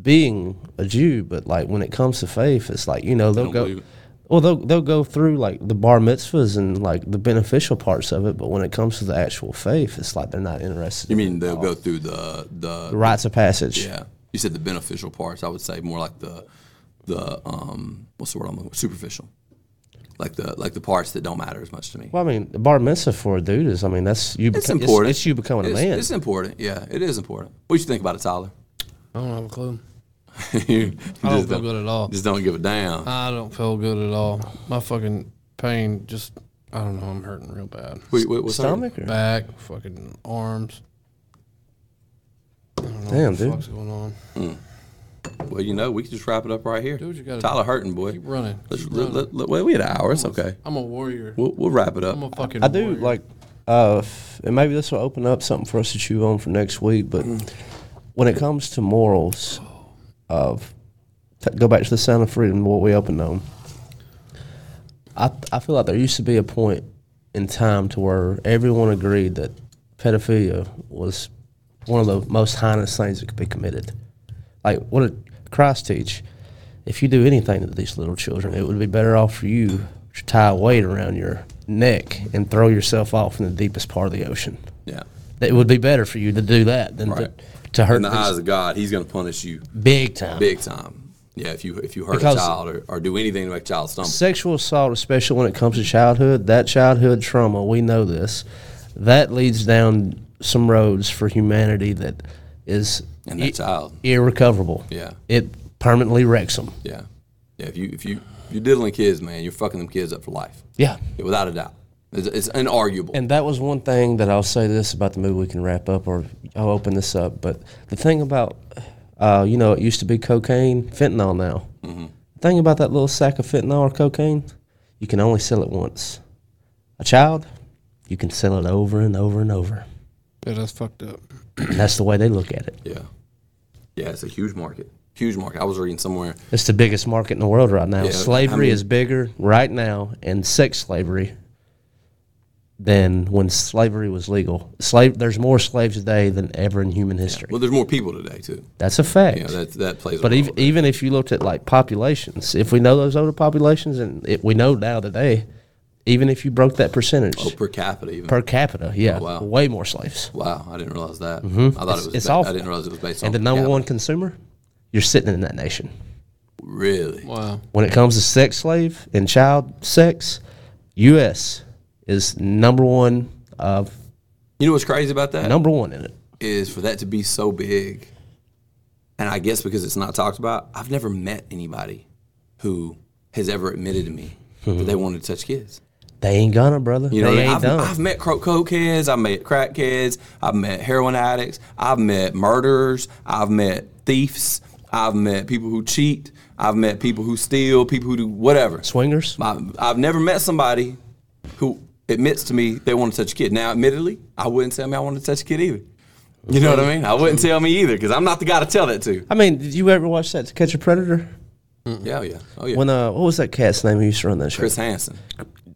S2: being a Jew, but like when it comes to faith, it's like you know they'll
S1: don't
S2: go.
S1: believe it.
S2: Well, they'll, they'll go through like the bar mitzvahs and like the beneficial parts of it, but when it comes to the actual faith, it's like they're not interested.
S1: You
S2: in
S1: mean they'll go through the the
S2: the rites of passage?
S1: yeah? You said the beneficial parts. I would say more like the the um what's the word I'm looking for? Superficial, like the like the parts that don't matter as much to me.
S2: Well, I mean, the bar mitzvah for a dude is, I mean, that's you.
S1: it's
S2: beco-
S1: important.
S2: It's, you becoming
S1: It's-
S2: a man.
S1: It's important. Yeah, it is important. What you think about it, Tyler? *laughs*
S6: I don't have a clue.
S1: You
S6: I
S3: Oh,
S6: don't
S1: just
S6: feel good at all.
S1: Just don't give a
S3: Uh,
S1: damn.
S6: I don't feel good at all. My fucking pain just, I don't know, I'm hurting real bad.
S1: Wait, wait, what's that?
S2: Stomach or
S6: Back, fucking arms. I don't know
S2: Damn,
S6: what the
S2: dude.
S6: fuck's going on.
S1: Well, you know, we can just wrap it up right here.
S6: Do what you gotta
S1: Tyler hurting, boy.
S6: Keep running.
S1: Let's,
S6: Keep
S1: let,
S6: running.
S1: let, let- wait, we had an hour. It's okay.
S6: I'm a warrior.
S1: We'll, we'll wrap it up.
S6: I'm a fucking
S2: I do
S6: warrior.
S2: like, uh, f- and maybe this will open up something for us to chew on for next week. But when it comes to morals, of t- go back to the sound of freedom, what we opened on. I I feel like there used to be a point in time to where everyone agreed that pedophilia was one of the most heinous things that could be committed. Like what did Christ teach? If you do anything to these little children, it would be better off for you to tie a weight around your neck and throw yourself off in the deepest part of the ocean.
S1: yeah.
S2: It would be better for you to do that than
S1: Right.
S2: to, to hurt
S1: In the eyes
S2: these
S1: of God, He's going to punish you
S2: big time.
S1: big time. Yeah, if you if you hurt
S2: Because-
S1: a child or, or do anything to make a child stumble.
S2: Sexual assault, especially when it comes to childhood, that childhood trauma, we know this, that leads down some roads for humanity that is
S1: And that
S2: i-
S1: child.
S2: irrecoverable.
S1: Yeah.
S2: It permanently wrecks them.
S1: Yeah. Yeah. If you if you if you're diddling kids, man, you're fucking them kids up for life.
S2: Yeah.
S1: Yeah, without a doubt, it's, it's inarguable.
S2: And that was one thing that I'll say this about the movie. We can wrap up or I'll open this up. But the thing about, uh, you know, it used to be cocaine, fentanyl now.
S1: Mm-hmm.
S2: The thing about that little sack of fentanyl or cocaine, you can only sell it once. A child, you can sell it over and over and over.
S6: Yeah, that's fucked up.
S2: And that's the way they look at it.
S1: yeah. Yeah, it's a huge market. Huge market. I was reading somewhere.
S2: It's the biggest market in the world right now.
S1: Yeah, I
S2: slavery
S1: mean-
S2: is bigger right now and sex slavery than when slavery was legal. Slave, there's more slaves today than ever in human history.
S1: Well, there's more people today too.
S2: That's a fact.
S1: You know, that that plays.
S2: But
S1: a
S2: even,
S1: role.
S2: even if you looked at like populations, if we know those older populations, and it, we know now today, even if you broke that percentage
S1: Oh, per capita, even
S2: per capita, yeah,
S1: Oh, wow.
S2: way more slaves.
S1: Wow, I didn't realize that. I thought
S2: It's-
S1: it was.
S2: it's
S1: ba- I
S2: awful.
S1: didn't realize it was based on.
S2: And the number
S1: capital.
S2: one consumer, you're sitting in that nation.
S1: Really?
S6: Wow.
S2: When it comes to sex slave and child sex, U.S. is number one of
S1: You know what's crazy about that?
S2: number one in it.
S1: is for that to be so big, and I guess because it's not talked about, I've never met anybody who has ever admitted to me that they wanted to touch kids.
S2: They ain't gonna, brother.
S1: You know,
S2: they
S1: what I mean?
S2: ain't
S1: I've,
S2: done.
S1: I've met cro- coke kids, I've met crack kids, I've met heroin addicts, I've met murderers, I've met thieves, I've met people who cheat, I've met people who steal, people who do whatever.
S2: Swingers.
S1: My, I've never met somebody who admits to me they want to touch a kid. Now, admittedly, I wouldn't tell me I want to touch a kid either. You know what I mean? I wouldn't tell me either because I'm not the guy to tell that to.
S2: I mean, did you ever watch that To Catch a Predator?
S1: Yeah, oh yeah, oh yeah.
S2: When uh, what was that cat's name who used to run that show?
S1: Chris Hansen.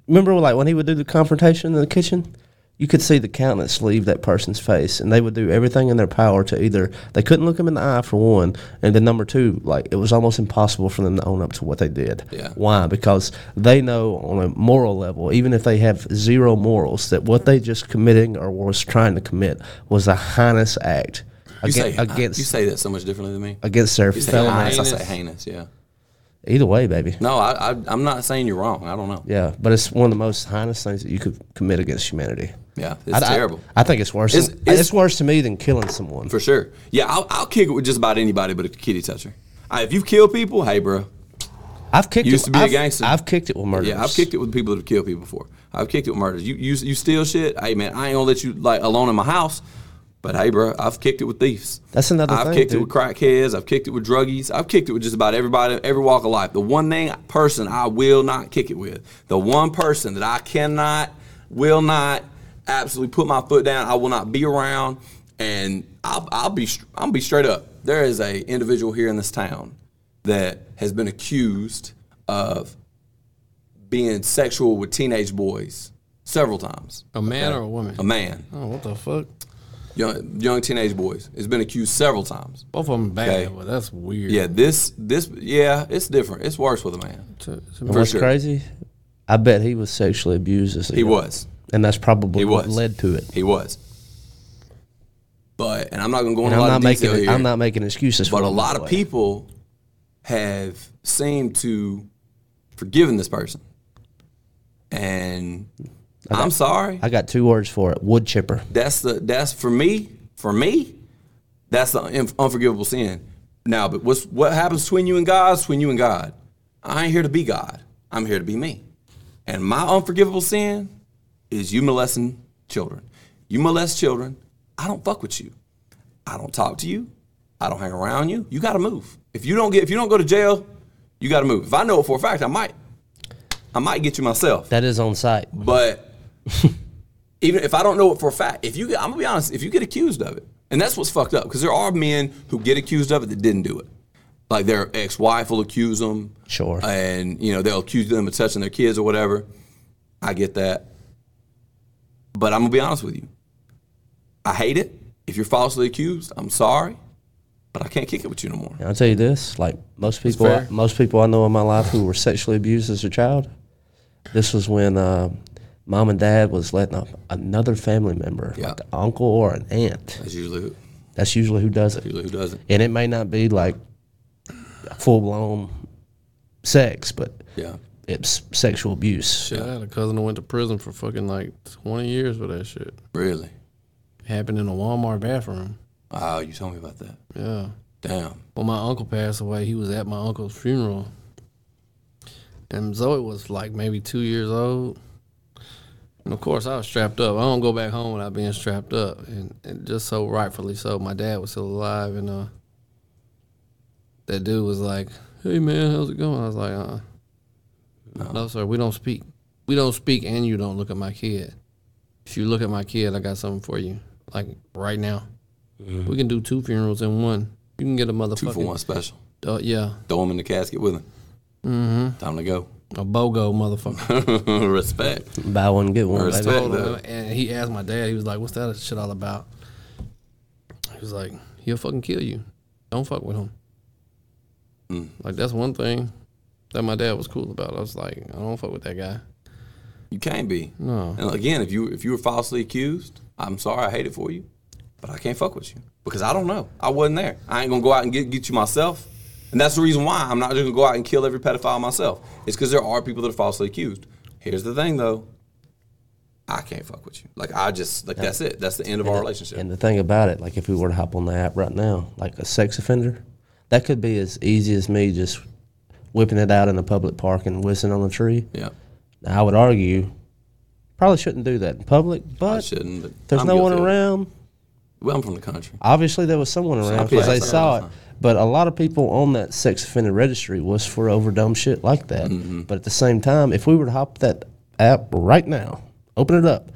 S2: Remember, like when he would do the confrontation in the kitchen, you could see the countenance leave that person's face, and they would do everything in their power to either they couldn't look him in the eye for one, and then number two, like it was almost impossible for them to own up to what they did.
S1: Yeah.
S2: Why? Because they know on a moral level, even if they have zero morals, that what they just committing or was trying to commit was a heinous act
S1: You
S2: aga-
S1: say
S2: against
S1: you say that so much differently than me.
S2: against their
S1: You say
S2: fellow.
S1: heinous, I say
S6: Heinous.
S1: heinous. Yeah.
S2: Either way, baby.
S1: No, I, I I'm not saying you're wrong. I don't know.
S2: Yeah, but it's one of the most heinous things that you could commit against humanity.
S1: Yeah, it's
S2: I- I-
S1: terrible.
S2: I, think it's worse.
S1: It's-
S2: than,
S1: it's-
S2: it's worse to me than killing someone.
S1: For sure. Yeah, I'll, I'll kick it with just about anybody but a kitty toucher. I, if you kill people, hey, bro.
S2: I've kicked.
S1: Used
S2: it,
S1: to be a
S2: I've,
S1: gangster.
S2: I've kicked it with murder.
S1: Yeah, I've kicked it with people that have killed people before. I've kicked it with murders. You you you steal shit. Hey man, I ain't gonna let you like alone in my house. But hey, bro, I've kicked it with thieves.
S2: That's another
S1: I've
S2: thing,
S1: kicked it
S2: dude.
S1: with crackheads. I've kicked it with druggies. I've kicked it with just about everybody, every walk of life. The one thing person I will not kick it with, the one person that I cannot, will not, absolutely put my foot down. I will not be around, and I'll, I'll be str- I'll be straight up. There is a individual here in this town that has been accused of being sexual with teenage boys several times.
S6: A man or a woman?
S1: A man,
S6: Oh, what the fuck?
S1: young, young teenage boys, has been accused several times.
S6: Both of them bad,
S1: Okay.
S6: but that's weird.
S1: Yeah, this this yeah, it's different. It's worse with a man.
S6: It's a- it's a-
S2: And What's
S1: sure.
S2: crazy? I bet he was sexually abused as a
S1: He
S2: young-
S1: was.
S2: and that's probably
S1: He
S2: what
S1: was.
S2: led to it.
S1: He was. But and I'm not gonna go
S2: And
S1: into a
S2: I'm
S1: lot
S2: not
S1: of detail
S2: making.
S1: here.
S2: I'm not making excuses. for
S1: but a
S2: him,
S1: lot
S2: by
S1: of
S2: the way.
S1: people have seemed to forgiven this person. And I'm sorry.
S2: I got two words for it: wood chipper.
S1: That's the that's for me. For me, that's the un- unforgivable sin. Now, but what's what happens between you and God? is Between you and God, I ain't here to be God. I'm here to be me. And my unforgivable sin is you molesting children. You molest children. I don't fuck with you. I don't talk to you. I don't hang around you. You got to move. If you don't get, if you don't go to jail, you got to move. If I know it for a fact, I might, I might get you myself.
S2: That is on site.
S1: But *laughs* even if I don't know it for a fact, if you get, I'm gonna be honest, if you get accused of it, and that's what's fucked up, because there are men who get accused of it that didn't do it. Like their ex-wife will accuse them,
S2: Sure.
S1: and you know they'll accuse them of touching their kids or whatever. I get that, but I'm gonna be honest with you. I hate it. If you're falsely accused, I'm sorry, but I can't kick it with you no more.
S2: And I'll tell you this: like most people,
S6: fair.
S2: most people I know in my life who were sexually abused as a child, this was when uh, mom and dad was letting up another family member,
S1: Yeah.
S2: like an uncle or an aunt.
S1: That's usually who,
S2: That's usually who does it,
S1: usually who does it.
S2: and it may not be like full blown sex, but
S1: Yeah,
S2: it's sexual abuse.
S6: Shit, I had a cousin that went to prison for fucking like 20 years with that shit.
S1: really.
S6: It happened in a Walmart bathroom.
S1: Oh, you told me about that.
S6: Yeah.
S1: Damn.
S6: When my uncle passed away, he was at my uncle's funeral. And Zoe was like maybe two years old. And of course, I was strapped up. I don't go back home without being strapped up. And, and just so rightfully so, my dad was still alive. And uh, that dude was like, hey, man, how's it going? I was like, uh, no. sir, we don't speak. We don't speak, and you don't look at my kid. If you look at my kid, I got something for you. Like right now. We can do two funerals in one. You can get a motherfucker.
S1: Mm-hmm. Two for one special.
S6: Uh, yeah,
S1: throw him in the casket with him. Mm-hmm. Time to go.
S6: a BOGO motherfucker.
S1: *laughs* Respect.
S2: Buy one get one.
S1: Respect.
S2: baby.
S1: Hold on.
S6: and he asked my dad, he was like, What's that shit all about? He was like, He'll fucking kill you. Don't fuck with him.
S1: Mm.
S6: Like, that's one thing that my dad was cool about. I was like, I don't fuck with that guy.
S1: You can't be.
S6: No.
S1: And again, if you if you were falsely accused, I'm sorry, I hate it for you, but I can't fuck with you because I don't know. I wasn't there. I ain't gonna go out and get get you myself. And that's the reason why I'm not just gonna go out and kill every pedophile myself. It's because there are people that are falsely accused. Here's the thing though. I can't fuck with you. Like I just like that's it. That's the end of our relationship.
S2: And the thing about it, like if we were to hop on the app right now, like a sex offender, that could be as easy as me just whipping it out in a public park and whistling on a tree.
S1: yeah.
S2: Now, I would argue, probably shouldn't do that in public,
S1: I
S2: but
S1: shouldn't. But
S2: there's
S1: I'm
S2: no one
S1: guilty of it.
S2: around.
S1: Well, I'm from the country.
S2: Obviously, there was someone around
S1: people
S2: because they
S1: saw it.
S2: saw it. But a lot of people on that sex offender registry was for over dumb shit like that.
S1: Mm-hmm.
S2: But at the same time, if we were to hop that app right now, open it up,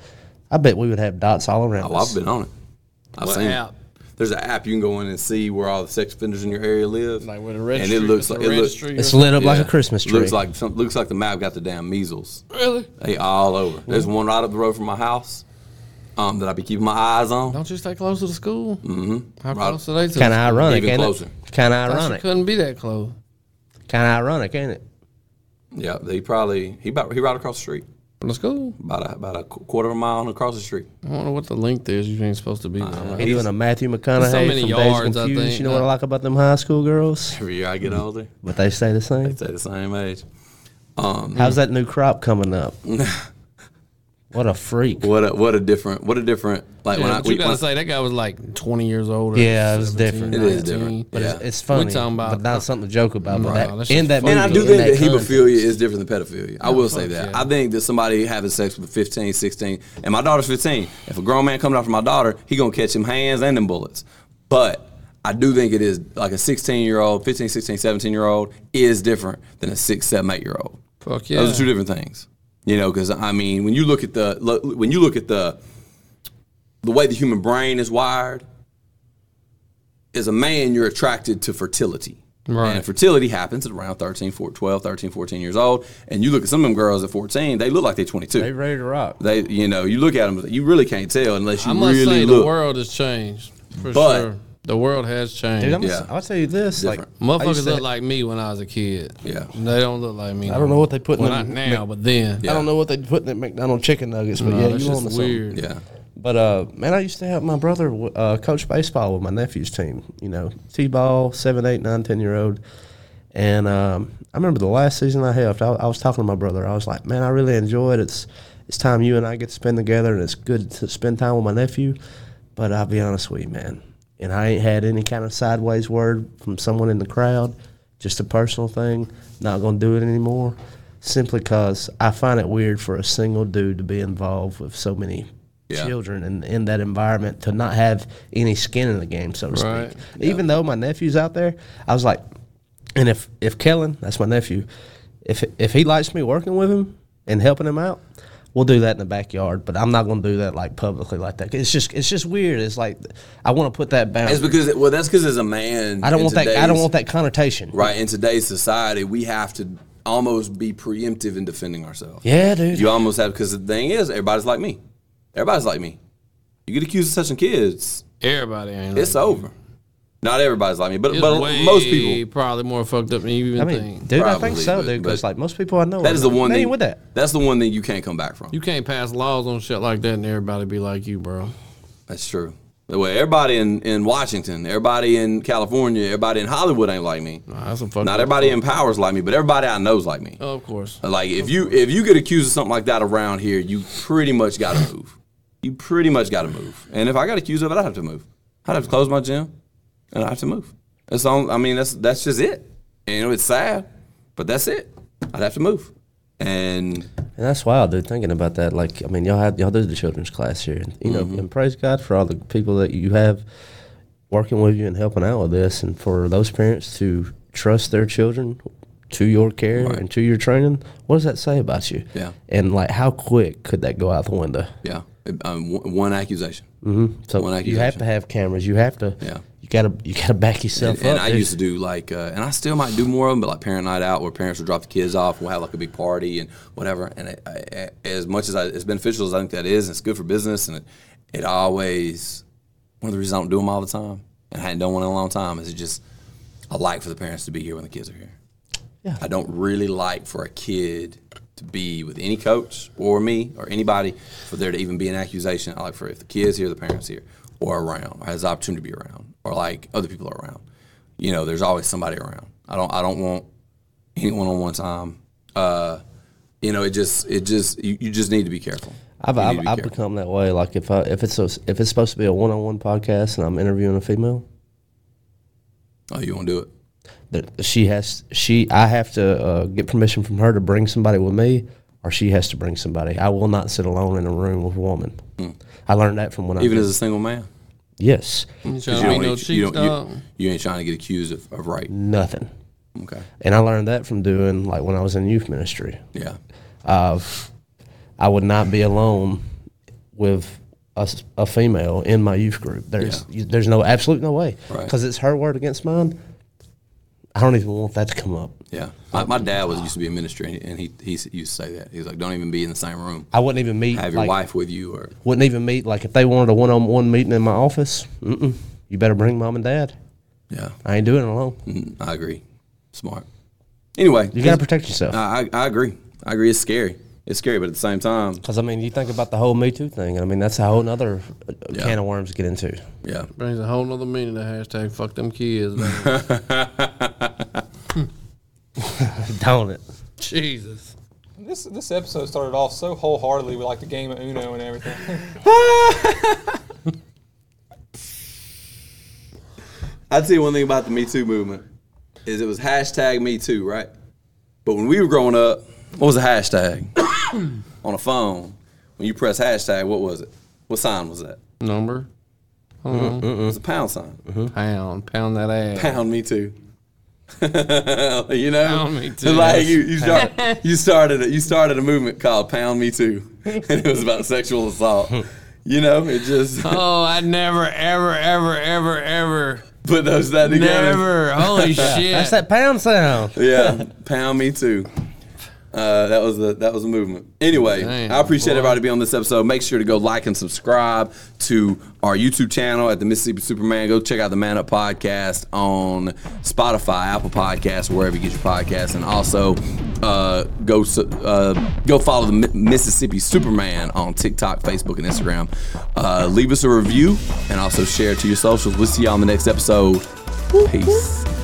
S2: I bet we would have dots all around
S1: Oh,
S2: us.
S1: I've been on it. I've
S6: What
S1: seen
S6: app?
S1: It. There's an app you can go in and see where all the sex offenders in your area live.
S6: Like with a registry.
S1: and it
S6: it's
S1: looks
S6: a
S1: like it looks.
S6: registry
S2: It's
S6: or-
S2: lit up like a
S1: yeah.
S2: Christmas tree.
S1: Looks like some, looks like the map got the damn measles.
S6: really.
S1: They all over. There's one right up the road from my house um, that I be keeping my eyes on.
S6: Don't you stay close to the school? Mm-hmm. How
S1: Right.
S6: close are they to?
S2: kind
S6: the
S2: of
S6: school?
S2: ironic,
S1: Even
S2: ain't
S1: closer.
S2: it? Kind of
S6: Gosh, you
S2: ironic.
S6: Couldn't be that close.
S2: Kind of ironic, ain't it?
S1: Yeah, he probably he about he right across the street,
S6: From the school.
S1: about a, about a qu- quarter of a mile across the street.
S6: I don't know what the length is. You ain't supposed to be there.
S2: He doing a Matthew McConaughey
S6: so many
S2: from
S6: yards,
S2: Days
S6: I
S2: Confused.
S6: think.
S2: You know what I like about them high school girls?
S1: Every year I get older,
S2: But they stay the same.
S1: stay the same age.
S2: How's that new crop
S1: *laughs*
S2: coming up? what a freak.
S1: What a what a different what a different like
S6: Yeah,
S1: when I
S6: but you
S1: we,
S6: gotta
S1: when,
S6: say that guy was like 20 years old. or
S2: Yeah, it was
S6: 17,
S2: different.
S1: it is
S6: 19.
S1: different.
S6: But
S1: yeah.
S2: It's, it's funny,
S6: talking about-
S2: but not something to joke about. But
S6: Right.
S2: that-
S6: That's
S2: in
S6: just
S2: that
S6: funny.
S1: and
S2: movie,
S1: I
S6: funny.
S1: do
S2: in
S1: think that,
S2: that context-
S1: hebophilia is different than pedophilia. I will say
S6: fuck
S1: that.
S6: yeah.
S1: I think that somebody having sex with a 15, 16, and my daughter's 15. If a grown man coming after my daughter, he gonna catch him hands and them bullets. But I do think it is like a 16 year old, 15, 16, 17 year old is different than a 6, 7, 8 year old.
S6: Fuck yeah.
S1: Those are two different things. You know, because I mean, when you look at the look, when you look at the the way the human brain is wired, as a man, you're attracted to fertility.
S6: Right.
S1: And fertility happens at around 13, 14, 12, 13, 14 years old. And you look at some of them girls at 14, they look like they're 22.
S2: They ready to rock.
S1: They, you know, you look at them, you really can't tell unless you
S6: I must
S1: really
S6: say
S1: look.
S6: the world has changed. For
S1: But-
S6: sure. The world has changed.
S2: Dude, I'm
S1: Yeah.
S2: gonna, I'll tell you this:
S1: Different.
S2: like, I used
S6: Motherfuckers
S2: to-
S6: look like me when I was a kid.
S1: Yeah.
S6: They don't look like me.
S2: I don't know what they put in
S6: Well, not
S2: them
S6: now, but then.
S1: Yeah.
S2: I don't know what they put in that McDonald's chicken nuggets, but
S6: No,
S2: yeah,
S6: that's
S2: you on
S6: just
S2: weird.
S6: weird.
S1: yeah.
S2: But uh, man, I used to have my brother uh, coach baseball with my nephew's team. You know, t-ball, seven, eight, nine, ten year old. And um, I remember the last season I helped. I, I was talking to my brother. I was like, "Man, I really enjoy it. It's it's time you and I get to spend together, and it's good to spend time with my nephew." But I'll be honest with you, man. And I ain't had any kind of sideways word from someone in the crowd. Just a personal thing. Not gonna do it anymore. Simply because I find it weird for a single dude to be involved with so many
S1: Yeah.
S2: children in, in that environment to not have any skin in the game, so to
S6: Right.
S2: speak. Even though my nephew's out there, I was like, and if if Kellen, that's my nephew, if if he likes me working with him and helping him out, we'll do that in the backyard. But I'm not going to do that like publicly like that. It's just it's just weird. It's like I want to put that
S1: It's
S2: boundary.
S1: because, well, that's because as a man,
S2: I don't
S1: in
S2: want that. I don't
S1: today's-
S2: want that connotation.
S1: Right. In today's society, we have to almost be preemptive in defending ourselves.
S2: Yeah, dude.
S1: You almost have, because the thing is, everybody's like me. Everybody's like me. You get accused of touching kids,
S6: Everybody ain't.
S1: it's
S6: like
S1: over. Not everybody's like me, but,
S6: It's
S1: but
S6: way
S1: most people.
S6: probably more fucked up than you even
S2: I mean,
S6: think.
S2: dude, I think
S1: Probably,
S2: so,
S1: but-
S2: dude. Because
S1: but-
S2: like most people I know,
S1: That
S2: are
S1: is the
S2: like,
S1: one
S2: "Man,
S1: thing
S2: with that.
S1: That's the one thing you can't come back from.
S6: You can't pass laws on shit like that and everybody be like you, bro.
S1: That's true. The way everybody in, in Washington, everybody in California, everybody in Hollywood ain't like me.
S6: Nah, that's a fucked up
S1: Not everybody in power's like me, but everybody I know's like me.
S6: Oh, of course.
S1: Like if you if you get accused of something like that around here, you pretty much got to move. You pretty much got to move. And if I got accused of it, I'd have to move. I'd have to close my gym, and I have to move. That's all. I mean, that's that's just it. And you know, it's sad, but that's it. I'd have to move. And
S2: And that's wild, dude. Thinking about that, like I mean, y'all have y'all do the children's class here, and you
S1: Mm-hmm.
S2: know, and praise God for all the people that you have working with you and helping out with this, and for those parents to trust their children to your care
S1: Right.
S2: and to your training. What does that say about you?
S1: Yeah.
S2: And like, how quick could that go out the window?
S1: yeah, um, one one accusation. One
S2: So you have
S1: accusation.
S2: to have cameras. You have to.
S1: Yeah.
S2: You gotta you gotta back yourself
S1: And, and
S2: up.
S1: I
S2: dude.
S1: used to do like, uh, and I still might do more of them, but like parent night out where parents would drop the kids off, we'll have like a big party and whatever. And I, I, as much as I, as beneficial as I think that is, and it's good for business, and it, it always one of the reasons I don't do them all the time, and I hadn't done one in a long time, is it just I like for the parents to be here when the kids are here.
S2: Yeah.
S1: I don't really like for a kid to be with any coach or me or anybody for there to even be an accusation. I like for if the kids here, the parents here, or around, or has the opportunity to be around, or like other people are around. You know, there's always somebody around. I don't I don't want anyone on one time. Uh, you know, it just it just you, you just need to be careful.
S2: I've
S1: You need to
S2: I've,
S1: be
S2: I've
S1: careful.
S2: become that way. Like if I if it's a, if it's supposed to be a one on one podcast and I'm interviewing a female,
S1: Oh, you won't do it.
S2: that she has she I have to uh, get permission from her to bring somebody with me, or she has to bring somebody. I will not sit alone in a room with a woman. I learned that from when
S1: Hmm. Even
S2: I
S1: as a single man.
S2: yes
S1: 'Cause
S6: trying
S1: you
S6: to be
S1: don't
S6: no
S1: ain't- you
S6: cheap
S1: don't- you-
S6: dog.
S1: you ain't trying to get accused of, of right.
S2: nothing,
S1: Okay.
S2: and I learned that from doing like when I was in youth ministry.
S1: Yeah.
S2: I've I would not be alone with a, s- a female in my youth group. There's you there's no absolute no way
S1: Right.
S2: because it's her word against mine. I don't even want that to come up.
S1: Yeah, my, my dad was used to be a minister, and he, and he he used to say that he was like, "Don't even be in the same room.
S2: I wouldn't even meet
S1: Have your
S2: like,
S1: wife with you, or
S2: wouldn't even meet like if they wanted a one-on-one meeting in my office mm-mm, you better bring mom and dad
S1: yeah."
S2: i ain't doing it alone
S1: Mm, I agree, smart. Anyway,
S2: you gotta protect yourself
S1: I, I I agree. I agree. It's scary. It's scary, but at the same time,
S2: because i mean you think about the whole me too thing and i mean that's a whole nother uh,
S1: Yeah.
S2: can of worms to get into
S1: yeah,
S6: Brings a whole nother meaning to hashtag fuck them kids,
S1: *laughs*
S6: man.
S2: don't it
S6: Jesus.
S5: This this episode started off so wholeheartedly with like the game of Uno and everything. *laughs*
S1: I tell you one thing about the Me Too movement is it was hashtag Me Too, right? But when we were growing up, what was a hashtag *coughs* on a phone? When you press hashtag, what was it? What sign was that?
S6: Number.
S1: It was a pound sign.
S6: Pound. Pound that ass.
S1: pound me too. *laughs* you know,
S6: Pound me too.
S1: Like you, you start,
S6: *laughs*
S1: you started, a, you started a movement called Pound Me Too, *laughs* and it was about sexual assault. You know, it just
S6: *laughs* Oh, I never, ever, ever, ever, ever,
S1: put those that together.
S6: never. Holy shit.
S2: that's that pound sound
S1: Yeah, Pound Me Too. Uh, that was the that was a movement. Anyway,
S6: Damn,
S1: I appreciate
S6: boy.
S1: everybody being on this episode. Make sure to go like and subscribe to our YouTube channel at the Mississippi Superman. Go check out the Man Up Podcast on Spotify, Apple Podcasts, wherever you get your podcasts, and also uh, go su- uh, go follow the Mi- Mississippi Superman on TikTok, Facebook, and Instagram. Uh, leave us a review and also share it to your socials. We'll see y'all in the next episode. Peace.